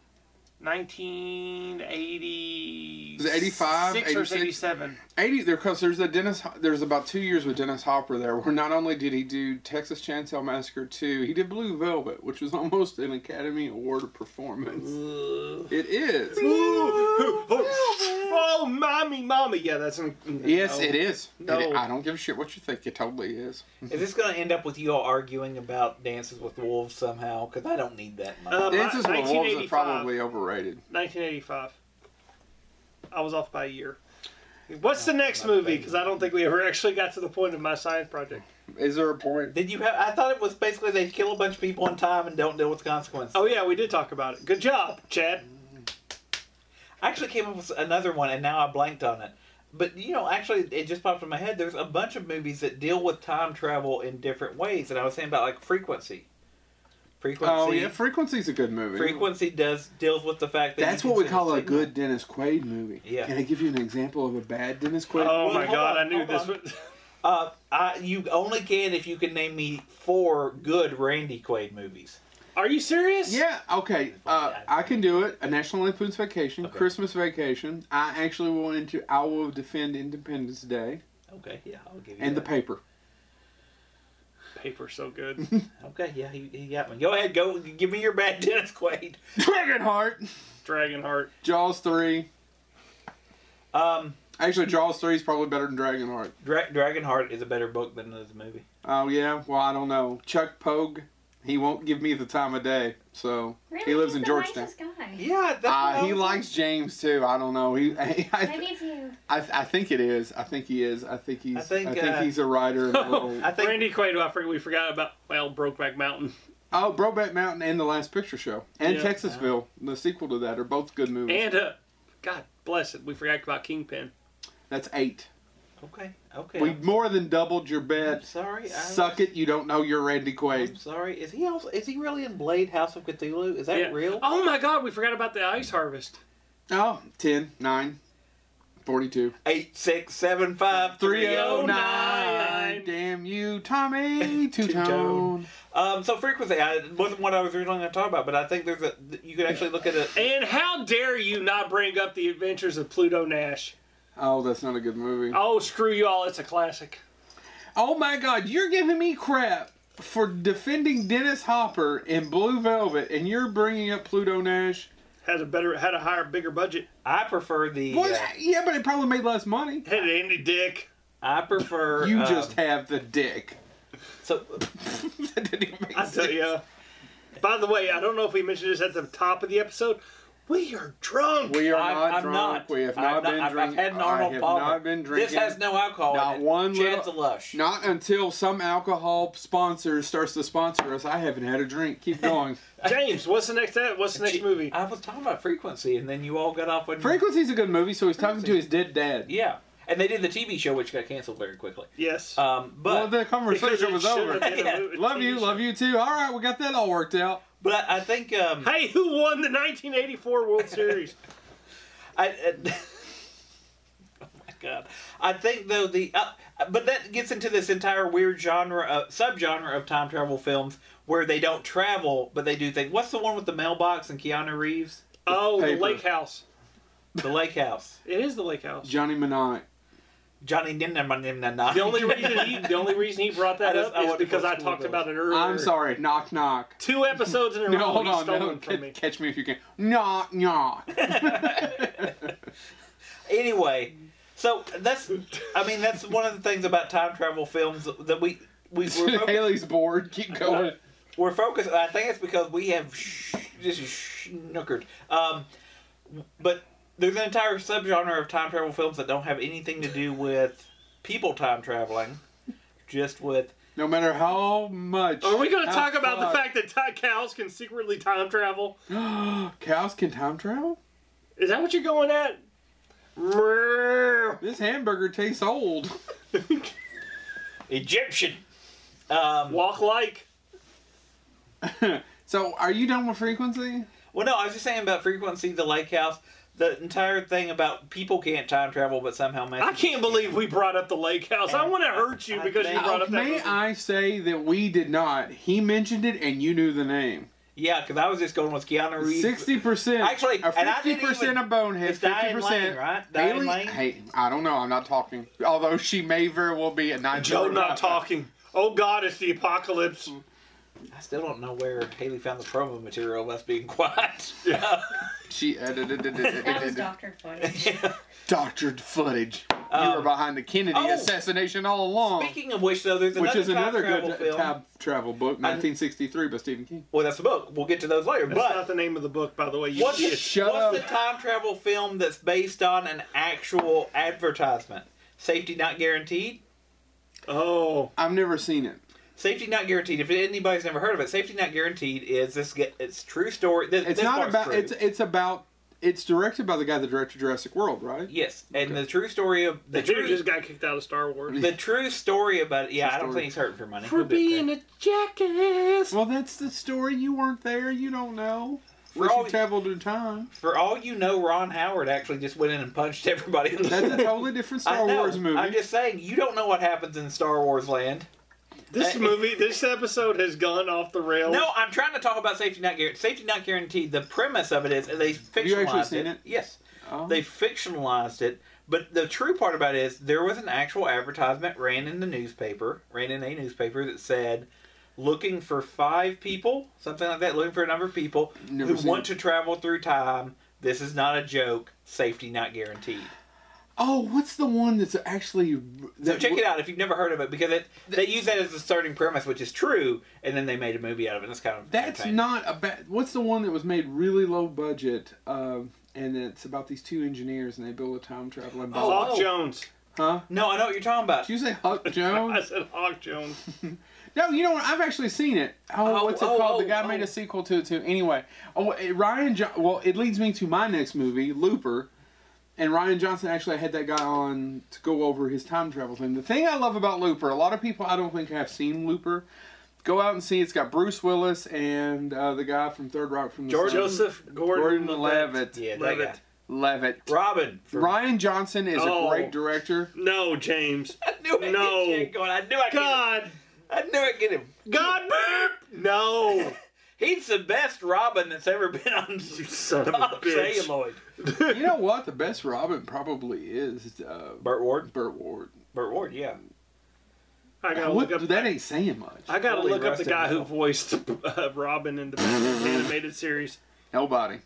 1980 Was it 85, six or 86? 87 Eighty. There, cause there's a Dennis. There's about two years with Dennis Hopper there, where not only did he do Texas Chainsaw Massacre two, he did Blue Velvet, which was almost an Academy Award performance. It is. oh mommy mommy yeah that's an, oh, Yes, it is. It- No. I don't give a shit what you think. It totally is. Is this going to end up with you all arguing about Dances with Wolves somehow? Because I don't need that much. Uh, my- Dances with Wolves is 1985. probably overrated. 1985 i was off by a year what's the next movie because i don't think we ever actually got to the point of my science project Is there a point? Did you have? I thought it was basically they kill a bunch of people in time and don't deal with the consequences. oh yeah we did talk about it good job chad I actually came up with another one and now I blanked on it. But you know, actually, it just popped in my head. There's a bunch of movies that deal with time travel in different ways, and I was saying about like frequency. Frequency. Oh yeah, Frequency's a good movie. frequency does deals with the fact that That's you what we can send call a signal. good Dennis Quaid movie. Yeah. Can I give you an example of a bad Dennis Quaid? oh well, my hold god on, i knew hold this on. would Uh, I you only can if you can name me four good Randy Quaid movies. (laughs) are you serious Yeah, okay. Uh, I can do it. A National Lampoon's Vacation, Okay. Christmas Vacation. I actually will into I will defend Independence Day Okay, yeah, I'll give you. and The that. Paper. (laughs) paper so (laughs) good Okay, yeah, he, he got me. Go ahead, go give me your bad (laughs) Dennis Quaid. Dragonheart, dragonheart Jaws three. Um, Actually, Jaws three is probably better than Dragonheart. Dra- Dragonheart is a better book than the movie. Oh yeah, well I don't know. Chuck Pogue, he won't give me the time of day. So Really? (laughs) he lives He's in the Georgetown. nicest guy. Yeah, that's Uh, he likes James too. I don't know. He, (laughs) I, Maybe I, it's you. I, I think it is. I think he is. I think he's. I think, think, uh, he's a writer. (laughs) Of a little... I (laughs) think randy quaid (laughs) I forgot- we forgot about well brokeback mountain Oh, Brokeback Mountain and The Last Picture Show and Yeah. Texasville, the sequel to that, are both good movies. and uh god bless it we forgot about kingpin That's eight. Okay, okay. We more than doubled your I'm bet. sorry. I Suck was- it, you don't know you're Randy I'm Quaid. sorry. Is he also, is he really in Blade House of Cthulhu? Is that Yeah. real? Oh my god, we forgot about the ice harvest. Oh, 10, 9, 42. 8675309. 309. Damn you, Tommy. Two Two-tone. tone. Um, so frequency I, wasn't what I was originally going to talk about, but I think there's a you can actually look at it. And how dare you not bring up the adventures of Pluto Nash? Oh, that's not a good movie. Oh, screw you all. It's a classic. Oh my god, you're giving me crap for defending Dennis Hopper in Blue Velvet and you're bringing up Pluto Nash. Had a better, had a higher, bigger budget. I prefer the. Well, uh, yeah. but it probably made less money. Had Andy Dick. I prefer. You um, just have the dick. So, that didn't even make I tell sense. you. By the way, I don't know if we mentioned this at the top of the episode. We are drunk. We are I'm, not I'm drunk. not. We have I'm not been I've, I've drinking. had an Arnold I have Palmer. not been drinking. This has no alcohol. Not in it. one Chad's little- a lush. Not until some alcohol sponsor starts to sponsor us. I haven't had a drink. (laughs) Keep going. James, what's the next? What's the next Gee, movie? I was talking about frequency, and then you all got off on Frequency's a good movie, so he's talking to his dead dad. Yeah, and they did the TV show, which got canceled very quickly. Yes. uh, Um, but well, the conversation was over. Yeah. Love you, love you too. All right, we got that all worked out. but I think um, Hey, who won the 1984 (laughs) World Series? I, I- (laughs) oh my god! I think though the uh, but that gets into this entire weird genre of, subgenre of time travel films where they don't travel but they do things. What's the one with the mailbox and Keanu Reeves? Oh, the Paper. Lake House. The Lake House. It is the Lake House. Johnny Mnemonic. Johnny Nim Nim Nim Nim. Nim. (laughs) The only reason he, the only reason he brought that I just- up I is wanted to because go I school talked bills. about it earlier. I'm sorry. Knock knock. Two episodes in a (laughs) row, No, Oh, hold he's on. stolen No, from catch, me. catch me if you can. Knock knock. anyway, so that's I mean that's one of the things about time travel films that we we (laughs) we're, Uh, focus, (laughs) Haley's bored. Keep going. we're focused. I think it's because we have sh- just sh- snookered. Um, but there's an entire subgenre of time travel films that don't have anything to do with people time traveling, just with No matter how much. Are we going to how talk about the fucked- fact that Todd cows can secretly time travel? (gasps) Cows can time travel? Is that what you're going at? This hamburger tastes old. Egyptian. Um, Walk like. So, are you done with frequency? well, no, I was just saying about frequency, the lake house, the entire thing about people can't time travel, but somehow I can't believe we brought up the Lake House. I want to hurt you I because you think- brought up that. May movie. I say that we did not? He mentioned it, and you knew the name. Yeah, because I was just going with Keanu Reeves. Sixty percent, Actually, or and I fifty didn't even- percent of bonehead, It's fifty Diane Lane, percent, right? Diane Lane? Hey, I don't know. I'm not talking. Although she may very well be a nine. (laughs) Joe not talking. Oh God, it's the (laughs) apocalypse. I still don't know where Haley found the promo material. That's being (laughs) quiet. (laughs) She edited That was Dr. (laughs) Funny. doctored footage. you were behind the Kennedy Um, oh. assassination all along. Speaking of which, though, there's another which is time another travel good uh, film. time travel book, 1963 by Stephen King. Well, that's the book. We'll get to those later. That's not but the name of the book, by the way. You what's, the, idiot. Shut what's up. the time travel film that's based on an actual advertisement? Safety not guaranteed. Oh, I've never seen it. Safety not guaranteed. If anybody's never heard of it, safety not guaranteed is this. ge- It's true story. This, It's this not part's about. true. It's it's about. It's directed by the guy that directed Jurassic World, right? yes, and the true story of the the dude true, just got kicked out of Star Wars the true story about it. Yeah, True I don't story. think he's hurting for money. for He'll be okay. being a jackass. Well, that's the story. You weren't there. You don't know. For Unless all- you traveled in time. For all you know, Ron Howard actually just went in and punched (laughs) everybody. In the That's a totally different (laughs) I Star know. Wars movie. I'm just saying, you don't know what happens in Star Wars land. This movie, this episode has gone off the rails. No, I'm trying to talk about safety not guaranteed. Safety not guaranteed. The premise of it is they fictionalized you actually seen it? Yes, Oh. they fictionalized it. But the true part about it is there was an actual advertisement ran in the newspaper, ran in a newspaper that said, "Looking for five people, something like that. Looking for a number of people Never who seen want it. to travel through time. This is not a joke. Safety not guaranteed." oh, what's the one that's actually So that check it out if you've never heard of it because it, they use that as the starting premise, which is true, and then they made a movie out of it. That's kind of That's entertaining. not a bad. What's the one that was made really low budget? Um, and it's about these two engineers and they build a time traveling Hawk boat. Oh. Jones. Huh? No, I know what you're talking about. Did you say (laughs) Huck I Jones? said Hawk Jones. no, you know what? I've actually seen it. Oh, Oh, what's it oh, called? the oh, guy made oh. a sequel to it too. Anyway, oh, eh, Ryan. Jo- well, it leads me to my next movie, Looper. And Ryan Johnson actually had that guy on to go over his time travel thing. The thing I love about Looper, a lot of people I don't think have seen Looper. Go out and see. It's got Bruce Willis and uh, the guy from Third Rock from the George Sun. Joseph Gordon Gordon, Levitt. Yeah, that Love guy. it. Levitt. Robin. for- Ryan Johnson is Oh. a great director. No, James. (laughs) I knew No. I no. Get Jack going. I knew I could. God. I knew I get him. God. Boop. No. He's the best Robin that's ever (laughs) been on You son of a Bob bitch. Celluloid. You know what? The best Robin probably is uh, Burt Ward. Burt Ward. Burt Ward. Yeah. (laughs) I gotta What- look up that ain't saying much. I gotta Holy look up the rusted guy who metal. voiced uh, (laughs) Robin in the animated series. Nobody.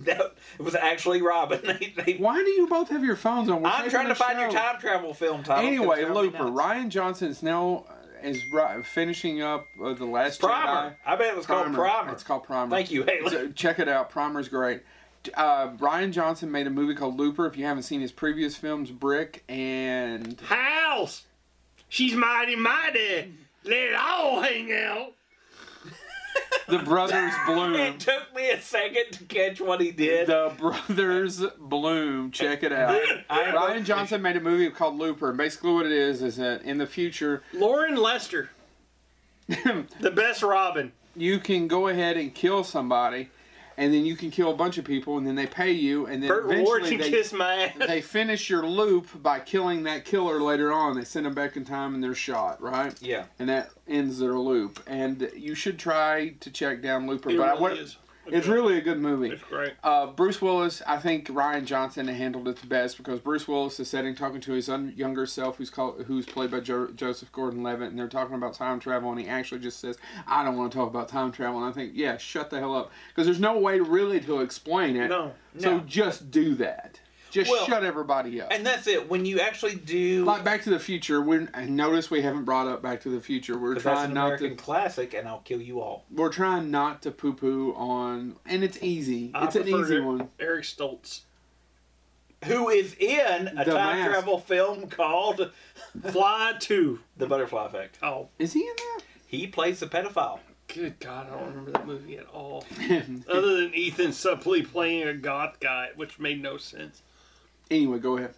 That was actually Robin. (laughs) They- they- Why do you both have your phones on? We're I'm taping trying to this find your show. time travel film title. 'cause Anyway, that'll be Looper. nuts. Ryan Johnson is now uh, is ri- finishing up uh, the last Primer. I bet it was Jedi. called Primer. It's called Primer. Thank you, Haley. So check it out. Primer's great. Uh, Ryan Johnson made a movie called Looper. If you haven't seen his previous films, Brick and House. She's mighty mighty. Let it all hang out. The (laughs) Brothers Bloom. It took me a second to catch what he did. The Brothers Bloom. Check it out. (laughs) I am- Ryan Johnson made a movie called Looper, and basically what it is is that in the future (laughs) Lauren Lester. the best Robin. you can go ahead and kill somebody, and then you can kill a bunch of people, and then they pay you, and then Burt Ward eventually can they, kiss my ass. (laughs) they finish your loop by killing that killer later on. They send them back in time, and they're shot, right? yeah. And that ends their loop. And you should try to check down Looper, It but I really would. is. It's really a good movie. It's great. Uh, Bruce Willis, I think Ryan Johnson handled it the best because Bruce Willis is sitting talking to his un- younger self, who's called, who's played by jo- Joseph Gordon-Levitt, and they're talking about time travel, and he actually just says, "I don't want to talk about time travel." And I think, yeah, shut the hell up, because there's no way really to explain it. No. So No. just do that. Just Well, shut everybody up. And that's it. When you actually do. like Back to the Future, we notice we haven't brought up Back to the Future. We're 'cause that's trying an not American to. classic, and I'll kill you all. We're trying not to poo-poo on, and it's easy. I it's an prefer easy Eric- one. Eric Stoltz. Who is in a The time Mask. travel film called Fly 2. The Butterfly Effect. Oh, Is he in that? He plays the pedophile. good God. I don't remember that movie at all. Other than Ethan Suplee playing a goth guy, which made no sense. (laughs) Anyway, go ahead.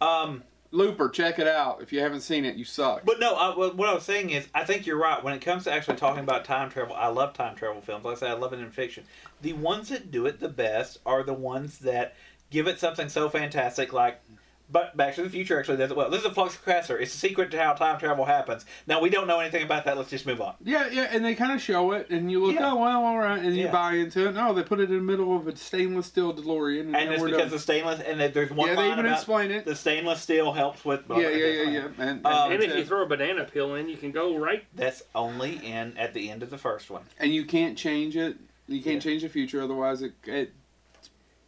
Um, Looper, check it out. If you haven't seen it, you suck. but no, I, what what I was saying is, I think you're right. When it comes to actually talking about time travel, I love time travel films. Like I said, I love it in fiction. The ones that do it the best are the ones that give it something so fantastic, like. But Back to the Future actually does it well. This is a flux capacitor. It's a secret to how time travel happens. Now we don't know anything about that. Let's just move on. yeah, yeah, and they kind of show it, and you look, Yeah. oh well, all right, and you Yeah. buy into it. No, they put it in the middle of a stainless steel DeLorean, and, then And it's we're because done. the stainless and that there's one yeah, they line even about explain it. the stainless steel helps with. yeah, yeah, yeah, yeah, and, and, Um, And if you and, throw a banana peel in, you can go right. That's only in at the end of the first one. you can't change it. You can't Yeah. change the future, otherwise it it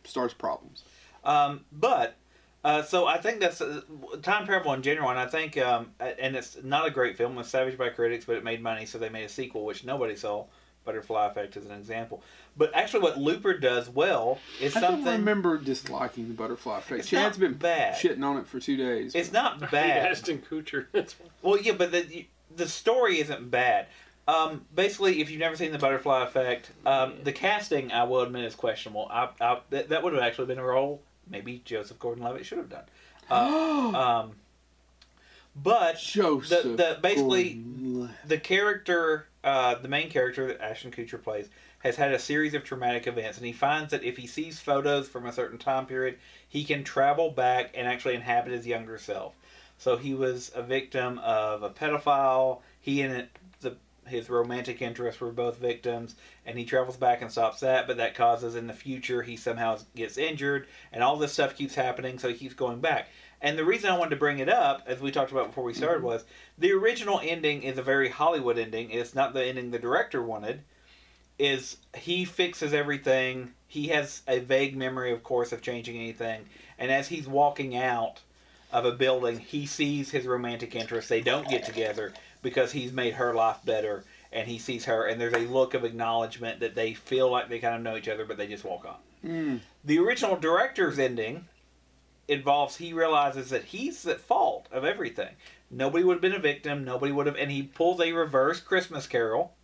starts problems. Um, but uh, so I think that's uh, time travel in general, and I think um, and it's not a great film. It was savaged by critics, but it made money, so they made a sequel, which nobody saw. Butterfly Effect is an example, but actually, what Looper does well is I something. don't remember disliking the butterfly effect. It's Chad's not been bad. shitting on it for two days. It's but- (laughs) not I hate bad. Ashton (laughs) Kutcher. That's why. Well, yeah, but the the story isn't bad. Um, basically, if you've never seen the Butterfly Effect, um, the casting I will admit is questionable. I, I, that, that would have actually been a role maybe Joseph Gordon-Levitt should have done. Uh, um, (gasps) but Joseph. the- the- basically- Gordon-Levitt. the character, uh, the main character that Ashton Kutcher plays, has had a series of traumatic events, and he finds that if he sees photos from a certain time period, he can travel back and actually inhabit his younger self. So he was a victim of a pedophile. He and it- the his romantic interests were both victims, and he travels back and stops that. But that causes in the future he somehow gets injured, and all this stuff keeps happening. So he keeps going back. And the reason I wanted to bring it up, as we talked about before we started, was the original ending is a very Hollywood ending. It's not the ending the director wanted. Is he fixes everything? He has a vague memory, of course, of changing anything. And as he's walking out of a building, he sees his romantic interest. They don't get together because he's made her life better, and he sees her. And there's a look of acknowledgement that they feel like they kind of know each other, but they just walk on. Mm. The original director's ending involves he realizes that he's at fault of everything. Nobody would have been a victim. Nobody would have, and he pulls a reverse Christmas Carol,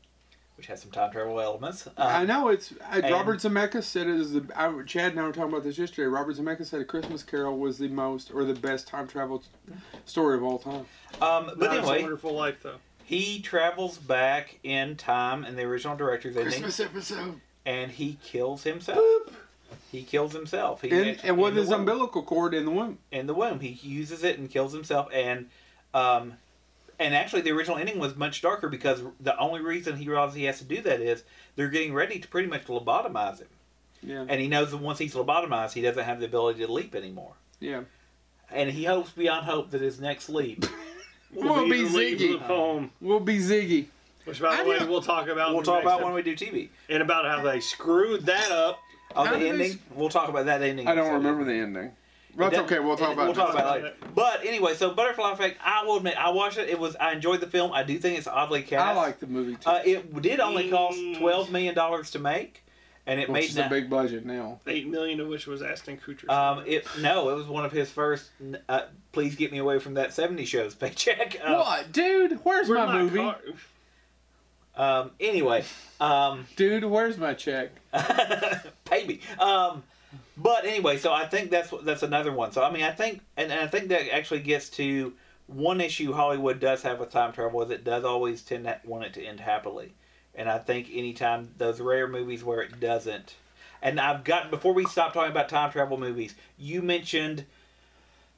which has some time travel elements. Um, I know it's I, and- Robert Zemeckis said it is the I, Chad and I were talking about this yesterday. Robert Zemeckis said a Christmas Carol was the most or the best time travel t- story of all time. Um, but Not It's a anyway, Wonderful Life, though. he travels back in time in the original director's ending, Christmas episode. and he kills himself. He kills himself. He And, actually- and with in the his womb. umbilical cord in the womb. in the womb. He uses it and kills himself. And um, and actually, the original ending was much darker because the only reason he realizes he has to do that is they're getting ready to pretty much lobotomize him. Yeah. And he knows that once he's lobotomized, he doesn't have the ability to leap anymore. Yeah. And he hopes beyond hope that his next leap. We'll be the lead Ziggy. loop home, We'll be Ziggy. which by I the way, didn't- we'll talk about. We'll in talk the next about when we do TV. ep- and about how they screwed that up. Oh, How the did ending. this- We'll talk about that ending. I don't episode. remember the ending. That's That- okay. We'll talk and about we'll it. talk next about it time. later. But anyway, so Butterfly Effect. I will admit, I watched it. It was I enjoyed the film. I do think it's oddly time. cast. I like the movie too. Uh, it did only cost Mm. twelve million dollars to make, and it which made is na- a big budget now. Eight million of which was Aston Kutcher. um it no, it was one of his first. Uh, Please get me away from that seventy shows paycheck. (laughs) Uh, what, dude? Where's We're my not movie? car- Um. Anyway, um, Dude, where's my check? (laughs) pay me. Um. But anyway, so I think that's that's another one. So I mean, I think and, and I think that actually gets to one issue Hollywood does have with time travel is it does always tend to want it to end happily, and I think anytime those rare movies where it doesn't, and I've got before we stop talking about time travel movies, you mentioned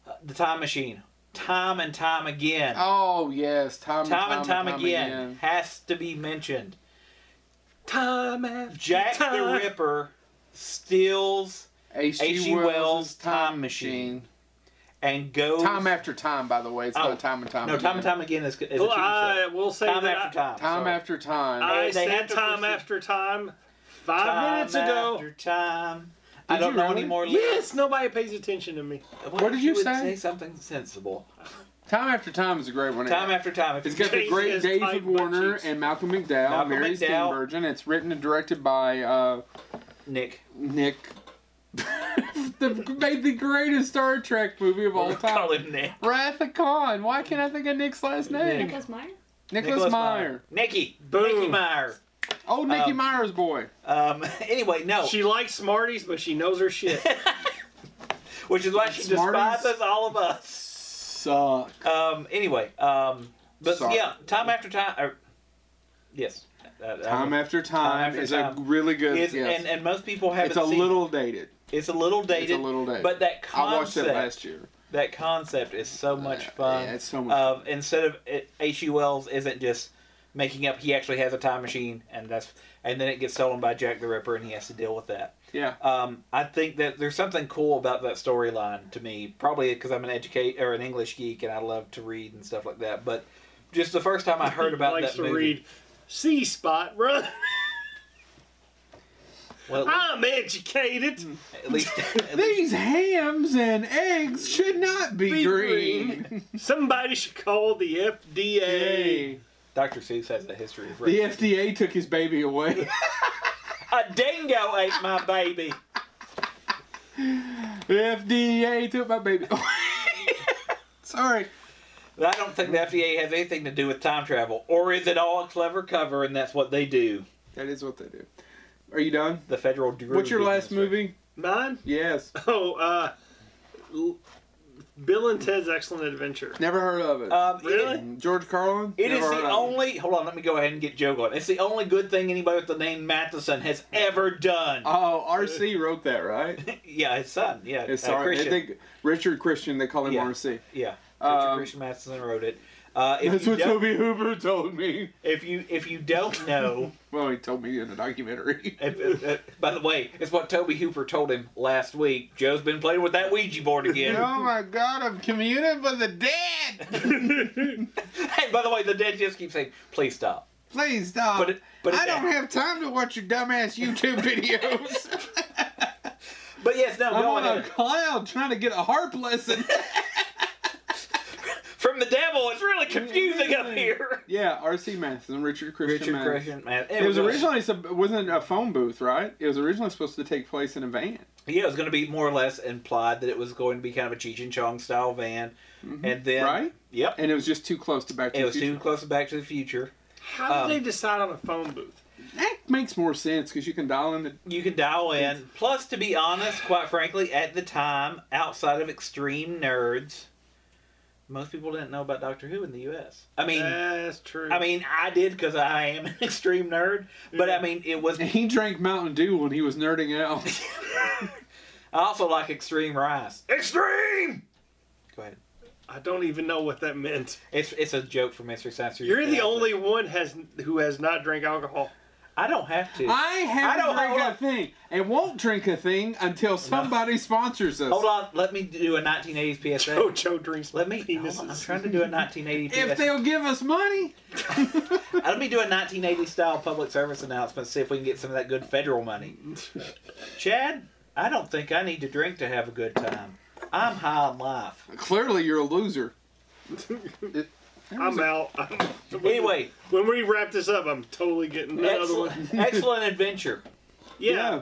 uh, the Time Machine, time and time again, Oh yes, time, time, and time, again, has to be mentioned. Time after Jack the time. (laughs) Ripper steals H.G. H.G. Wells' Wells', Time Time Machine. and goes Time after time, by the way. It's Oh. not time and time. No, again. time and time again is, is a Well, TV show. I will say Time that I- after time. Time sorry. Uh, after time. I, They- they said had to time pursue- after time five Time minutes ago. After time. I Did don't you know really? anymore. Yes, nobody pays attention to me. What, did you would say? something sensible. time after time is a great one. Time after time. If It's you- got the Jason great is David tight Warner butt cheeks. and Malcolm McDowell, Malcolm Mary McDowell. Steenburgen. It's written and directed by uh, Nick. Nick. (laughs) the, made the greatest Star Trek movie of all Call time. him Nick. Wrath of Khan. Why can't I think of Nick's last name? Nicholas Meyer? Nicholas, Nicholas Meyer. Nicky. Boom. Nicky Meyer. Oh, Nicky Um, Meyer's boy. Um, (laughs) anyway, no. She likes Smarties, but she knows her shit. Which is why she Smarties. despises all of us. Suck. Um, anyway, um, but Sorry. yeah, time after time. Or, yes. Uh, Time after time, after is a time. really good. is, yes. and, and most people haven't it's a seen little dated. It's a little dated. It's a little dated. But that I watched concept, it last year. that concept is so much Uh, fun. yeah, it's so much Uh, instead of it- H.G. Wells isn't just making up; he actually has a time machine, and that's and then it gets stolen by Jack the Ripper, and he has to deal with that. Yeah. Um, I think that there's something cool about that storyline to me, probably because I'm an educate or an English geek, and I love to read and stuff like that. But just the first time (laughs) (laughs) I heard about likes that to movie, read C spot, bro. well, at (laughs) I'm educated. least, (laughs) at least These hams and eggs should not be, Be green. (laughs) Somebody should call the FDA. Yay. Dr. Seuss has a history of The racism. FDA took his baby away. (laughs) a dingo ate my baby. the FDA took my baby. (laughs) Sorry. I don't think the FDA has anything to do with time travel, or is it all a clever cover and that's what they do? That is what they do. Are you done? The federal. Drew What's your last Administration. movie? Mine? (laughs) Yes. Oh, uh, L- Bill and Ted's Excellent Adventure. Never heard of it. Um, Really? George Carlin? It, it Never is heard the of only. Hold on, let me go ahead and get Joe going. It's the only good thing anybody with the name Matheson has ever done. Oh, RC wrote that, right? (laughs) yeah, his son. Yeah, It's uh, sorry. Christian. They think Richard Christian, they call him Yeah. RC. yeah, Richard Um, Christian Matheson wrote it. Uh, if, That's you what don't, Toby Hooper told me. if you if you don't know, Well, he told me in the documentary. if, if- if- by the way, it's what Toby Hooper told him last week. Joe's been playing with that Ouija board again. oh my god, I'm communing with the dead! (laughs) Hey, by the way, the dead just keep saying, "Please stop." Please stop. But it- but it- I don't have time to watch your dumbass YouTube videos. (laughs) But yes, no, I'm go on a ahead. cloud trying to get a harp lesson. (laughs) From the devil, it's really confusing up Mm. here. (laughs) yeah, R.C. Matheson, Richard Christian. Richard Matheson. Christian, man, It was originally sup- it wasn't a phone booth, right? It was originally supposed to take place in a van. yeah, it was going to be more or less implied that it was going to be kind of a Cheech and Chong style van, and then Mm-hmm. Right? yep, And it was just too close to Back to it the was Future. too close to Back to the Future. How did Um, they decide on a phone booth? That makes more sense because you can dial in the. You can dial in. Plus, to be honest, quite frankly, at the time, outside of extreme nerds, most people didn't know about Doctor Who in the U.S. I mean. That's true. I mean, I did because I am an (laughs) extreme nerd, but I mean, it was (laughs) He drank Mountain Dew when he was nerding out. I also like Extreme Rise. Extreme! Go ahead. I don't even know what that meant. It's it's a joke for Mr. Science. You're the only one has who has not drank alcohol. I don't have to. I haven't I don't- drank hold a thing and won't drink a thing until somebody sponsors us. Hold on, let me do a 1980s PSA. Joe Joe drinks. Let me. Penises. hold on, I'm trying to do a 1980 If PSA. they'll give us money, Let me do a 1980 style public service announcement. See if we can get some of that good federal money. Chad, I don't think I need to drink to have a good time. I'm high on life. clearly you're a loser. It- that was I'm a- out. Anyway, when we wrap this up, I'm totally getting another one. excellent, excellent adventure. Yeah. yeah.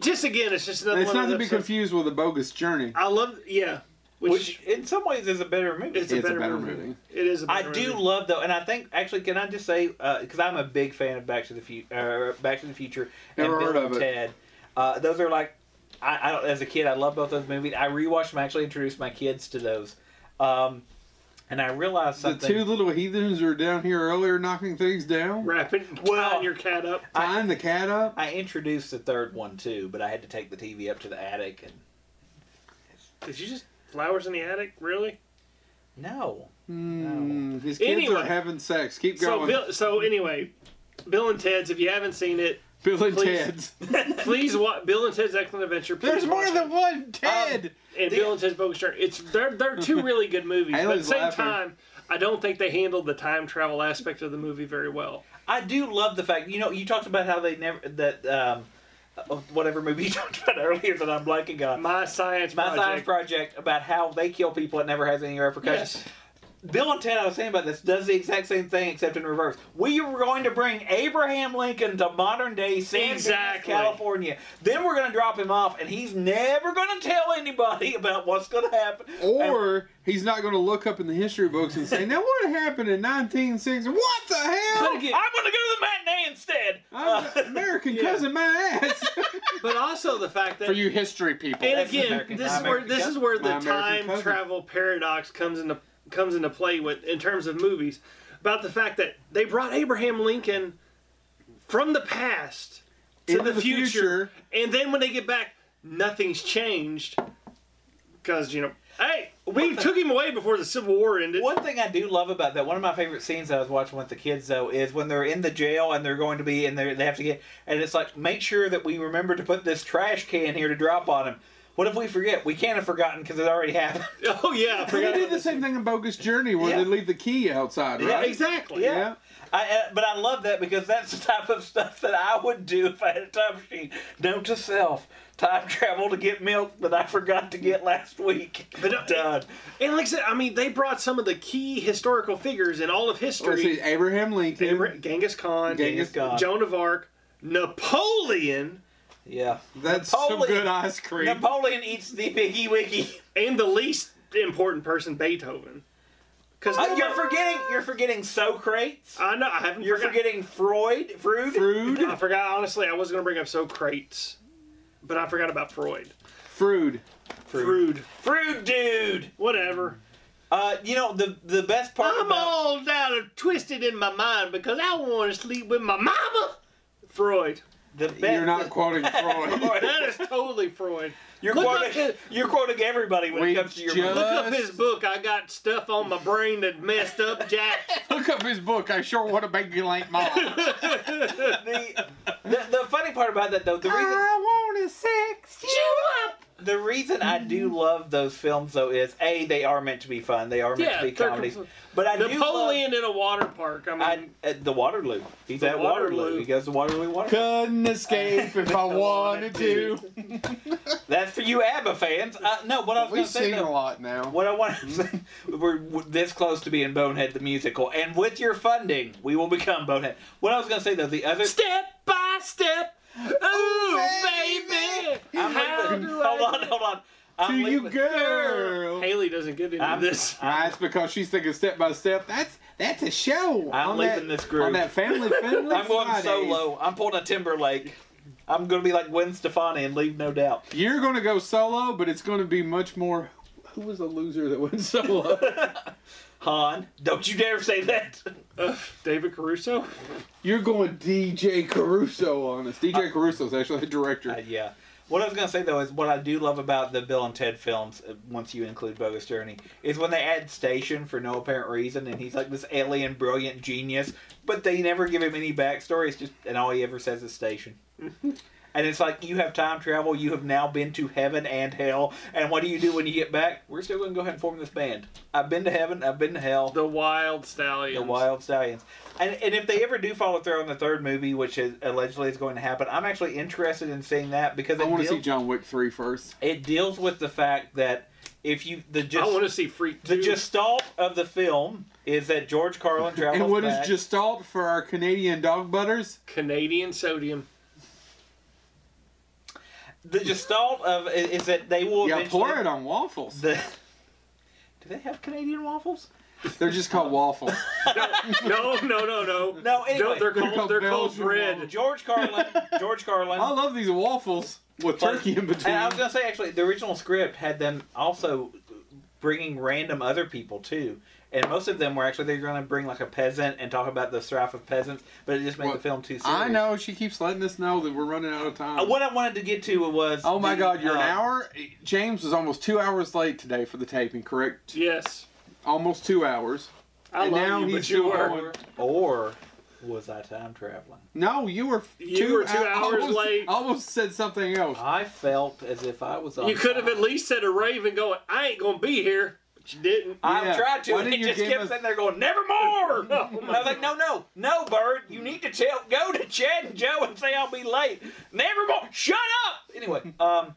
Just again, it's just another It's one. of not to those be episodes. confused with a bogus journey. I love. Yeah. (laughs) Which, Which in some ways is a better movie. it's, a better, movie. It is. A I better do Movie. love though, and I think actually, can I just say because I'm a big fan of Back to the Future, uh, Back to the Future, and Never Bill heard and of it. Ted. Uh, those are like, I, I don't- as a kid, I love both those movies. I rewatched them. I Actually, introduced my kids to those, um, and I realized The something. two little heathens were down here earlier knocking things down, Wrapping Well- tying your cat up. tying the cat up. I introduced the third one too, but I had to take the TV up to the attic, and Did you just flowers in the attic? Really? no, Hmm, his kids Anyway. are having sex. Keep So going. Bill, so anyway, Bill and Ted's. If you haven't seen it, Bill and please. Ted's. (laughs) please watch Bill and Ted's Excellent Adventure. Please There's more watch than one Ted. it. and Bill and Ted's Bogus Journey. It's they're they're (laughs) two really good movies, but at the Alan's same laughing. time, I don't think they handled the time travel aspect of the movie very well. I do love the fact you know you talked about how they never that um, uh, whatever movie (laughs) you talked about earlier that I'm blanking on. My science My project. science project about how they kill people it never has any repercussions. Yes. Bill and Ted, I was saying about this, does the exact same thing except in reverse. We are going to bring Abraham Lincoln to modern day San Diego, Exactly. California. Then we're going to drop him off, and he's never going to tell anybody (laughs) about what's going to happen. And- Um, Or he's not going to look up in the history books and say, "Now what happened in 1960? What the hell? I'm going to go to the matinee instead. I'm (laughs) Uh, an American cousin my ass." But also the fact (laughs) that For you history people, And That's the again, American- this my is where American this is cousin. where the My American time cousin. travel paradox comes into comes into play with in terms of movies about the fact that they brought Abraham Lincoln from the past to In the, the future, future. and then when they get back, nothing's changed because you know, hey, we took him away before the Civil War ended. One thing I do love about that, one of my favorite scenes that I was watching with the kids though, is when they're in the jail and they're going to be and they they have to get and it's like make sure that we remember to put this trash can here to drop on him. What if we forget? We can't have forgotten because it already (laughs) happened. (laughs) Oh yeah, they I forgot. did the same thing in Bogus Journey where Yeah. they leave the key outside, Yeah, right? exactly. Yeah. Yeah. I, uh, but I love that because that's the type of stuff that I would do if I had a time machine. Note to self: time travel to get milk that I forgot to get last week. (laughs) But, uh, done. And like I said, I mean, they brought some of the key historical figures in all of Or history. Oh, see, Abraham Lincoln. Abra- Genghis Khan, Genghis Khan. Joan of Arc, Napoleon, Yeah. That's some Napoleon- good ice cream. Napoleon eats the piggy wiggy. and the least important person, Beethoven. Because Uh, you're forgetting. You're forgetting Socrates. I know I haven't. You're forgot- forgetting Freud. Freud. Frood. I forgot. Honestly, I was gonna bring up Socrates, but I forgot about Freud. Frood. Freud. Freud, dude. Whatever. Uh, you know the the best part I'm about all down and twisted in my mind because I want to sleep with my mama. Freud. the best. You're not (laughs) quoting Freud. Freud. That is totally Freud. You're Look up quoting. his- You're quoting everybody when We it comes to your. just- mother. Look up his book. I got stuff on my brain that messed up, (laughs) Jack. Look up his book. I sure want to make you like mom. The, the the funny part about that though, the reason want a sex. You up. the reason (laughs) I do love those films though is a they are meant to be fun. They are meant Yeah, to be they're comedies. complete- But I do love. Napoleon in a water park. I mean, I, at the Waterloo. He's The at Waterloo. Waterloo. He goes to Waterloo Water. Couldn't escape if (laughs) I wanted to. That's for you ABBA fans. Uh, no, what I was We going to say sing though, a lot now. What I want to (laughs) say, we're, we're this close to being Bonehead the musical, and with your funding, we will become Bonehead. What I was gonna say though, the other step by step. Ooh, baby. baby. I'm How leaving. do I Hold on, hold on. To I'm you leaving. girl. Haley doesn't get into I'm- this. Ah, That's because she's thinking step by step. That's that's a show. I'm on leaving that, this group. on that (laughs) family friendly. I'm going Fridays. solo. I'm pulling a Timberlake. I'm gonna be like Gwen Stefani and leave no doubt. You're going to go solo, but it's going to be much more. Who was the loser that went (laughs) solo? Han, don't you dare say that. Uh, Ugh, David Caruso. You're going DJ Caruso on us. DJ Caruso's actually the Uh, director. yeah. What I was gonna say though is what I do love about the Bill and Ted films, uh, once you include Bogus Journey, is when they add Station for no apparent reason, and he's like this alien brilliant genius, but they never give him any backstory. It's just and all he ever says is Station. And it's like you have time travel. You have now been to heaven and hell. And what do you do when you get back? We're still going to go ahead and form this band. I've been to heaven. I've been to hell. The Wild Stallions. The Wild Stallions. And, and if they ever do follow through on the third movie, which is allegedly is going to happen, I'm actually interested in seeing that because I it, want to deal- see John Wick 3 first. it deals with the fact that if you the I want just to see Freak the Two. gestalt of the film is that George Carlin (laughs) travels And what back. is Gestalt for our Canadian dog butters? Canadian (laughs) sodium. the gestalt of i- is that they will Yeah, eventually pour it on waffles. the, (laughs) do they have Canadian waffles? They're just called (laughs) waffles. No, no, no, no. No, anyway. no they're They're called called they're called Belgian bread. waffles. George (laughs) Carlin. George Carlin. I love these waffles with But- turkey in between. And I was gonna say actually, the original script had them also bringing random other people too, and most of them were actually they're gonna bring like a peasant and talk about the strife of peasants, but it just made Well, the film too serious. I know she keeps letting us know that we're running out of Uh, time. What I wanted to get to was Oh my the, God, you're an uh, hour. James was almost two hours late today for the taping, correct? Yes. Almost two hours. I And love now you, he's but you doing were hour. Or was I time traveling? No, you were You were two hou- hours almost- late. (laughs) Almost said something else. I felt as if I was. On You could have time. at least said a raven going, I ain't gonna be here, but you didn't. I Yeah. tried to, Why and it didn't you just give kept us- Oh sitting there (laughs) going, "Nevermore." No, And I was like, "No, no, no, Bird. You need to tell, go to Chad and Joe and say I'll be late. Nevermore. Shut up." Anyway, um,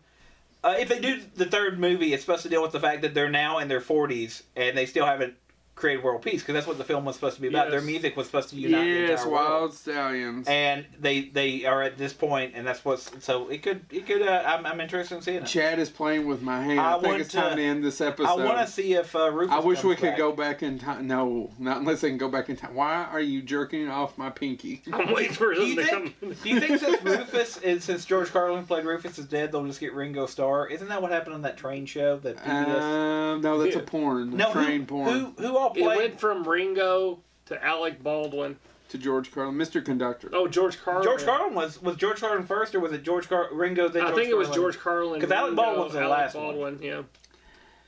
uh, if they do the third movie, it's supposed to deal with the fact that they're now in their forties and they still haven't created world peace because that's what the film was supposed to be about. Their Yes. music was supposed to unite the Yes, entire world. wild stallions. And they they are at this point, and that's what's so it could it could. Uh, I'm, I'm interested in seeing it. Chad is playing with my hand. I I, think want it's time to- to end this episode. I want to see if uh, Rufus um, I wish comes we could back. go back in time. No, not unless they can go back in time. Why are you jerking off my pinky? (laughs) (laughs) I'm waiting for Do them you to think? come. do you think since Rufus is since George Carlin played Rufus is dead, they'll just get Ringo Starr? Isn't that what happened on that train show? That PBS? Um, no, that's a Yeah. porn. no, Uh, train who, porn who who all It played went from Ringo to Alec Baldwin. to George Carlin, Mr. Conductor. Oh, George Carlin. George Carlin was was George Carlin first or was it George Car- Ringo then? I George think it was Carlin? George Carlin. 'Cause Alec Ringo, Baldwin's the Alec last one. Baldwin, yeah.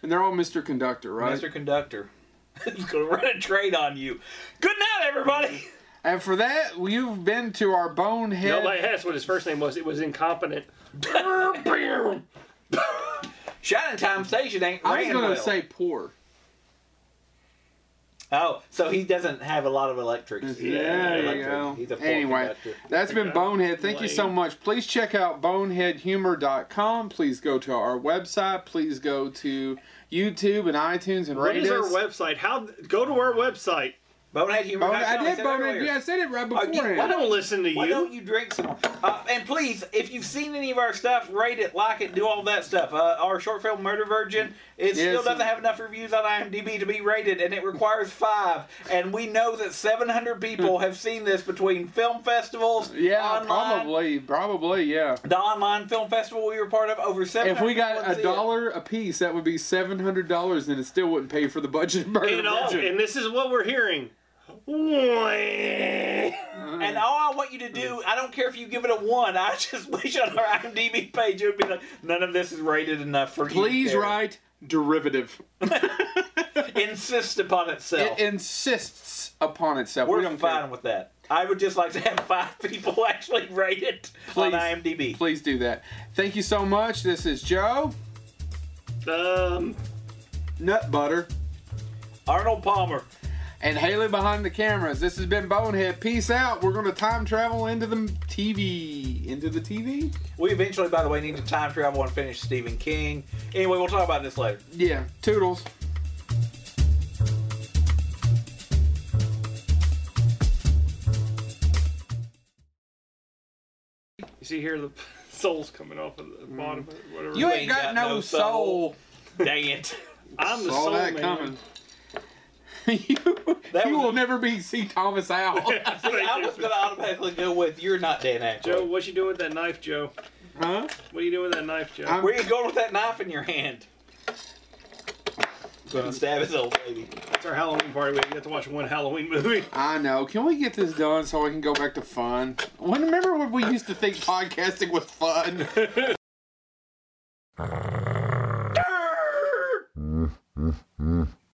And they're all Mr. Conductor, right? Mr. Conductor. (laughs) He's gonna run a train on you. Good night, everybody. And for that, you've been to our bonehead. Nobody asked what his first name was. It was incompetent. Shining Time Station ain't I was ran gonna well. say poor. Oh, so he doesn't have a lot of electrics. Yeah, there you electric. go. He's a poor Anyway, conductor. that's been Yeah. Bonehead. Thank you so Lame. much. Please check out boneheadhumor.com. Please go to our website. Please go to YouTube and iTunes and What rate is our us. website? How go to our website? Bonehead humor. Bone- dot I com. did said that Bonehead. earlier. Yeah, I said it right you- beforehand. I don't listen to Why you. don't you drink some? more? Uh, and please, if you've seen any of our stuff, rate it, like it, do all that stuff. Uh, our short film Murder Virgin, it still Yes. doesn't have enough reviews on IMDb to be rated, and it requires five. And we know that 700 people have seen this between film festivals, yeah, online, probably, probably, yeah. the online film festival we were part of. Over 700. If we people got see a it. dollar a piece, that would be seven hundred dollars, and it still wouldn't pay for the budget. of Murder And, all, Virgin. and this is what we're hearing. And all I want you to do, I don't care if you give it a one. I (laughs) just wish on our IMDb page it would be like, none of this is rated enough for you. to Please care." write derivative. Insist upon itself. It insists upon itself. We're we don't fine care. with that. I would just like to have (laughs) five people actually rate it on Please. IMDb. Please do that. Thank you so much. This is Joe Um, Nut Butter Arnold Palmer. and Haley behind the cameras. This has been Bonehead. Peace out. We're gonna time travel into the TV. Into the TV? We eventually, by the way, need to time travel and finish Stephen King. Anyway, we'll talk about this later. Yeah. Toodles. You see here the (laughs) soul's coming off of the bottom of whatever. Mm. You ain't got, no, soul. Dang it. I'm the Saw soul that man. coming. (laughs) you That you was- will never be see Thomas (laughs) out. (laughs) I was going to automatically go with you're not Dan (laughs) Joe, Aykroyd. what you doing with that knife, Joe? huh? What are you doing with that knife, Joe? I'm- Where you going with that knife in your hand? Gonna stab his old lady. it's our Halloween party. We have to watch one Halloween movie. I know. Can we get this done so I can go back to fun? When remember when we used to think podcasting was fun? Durr!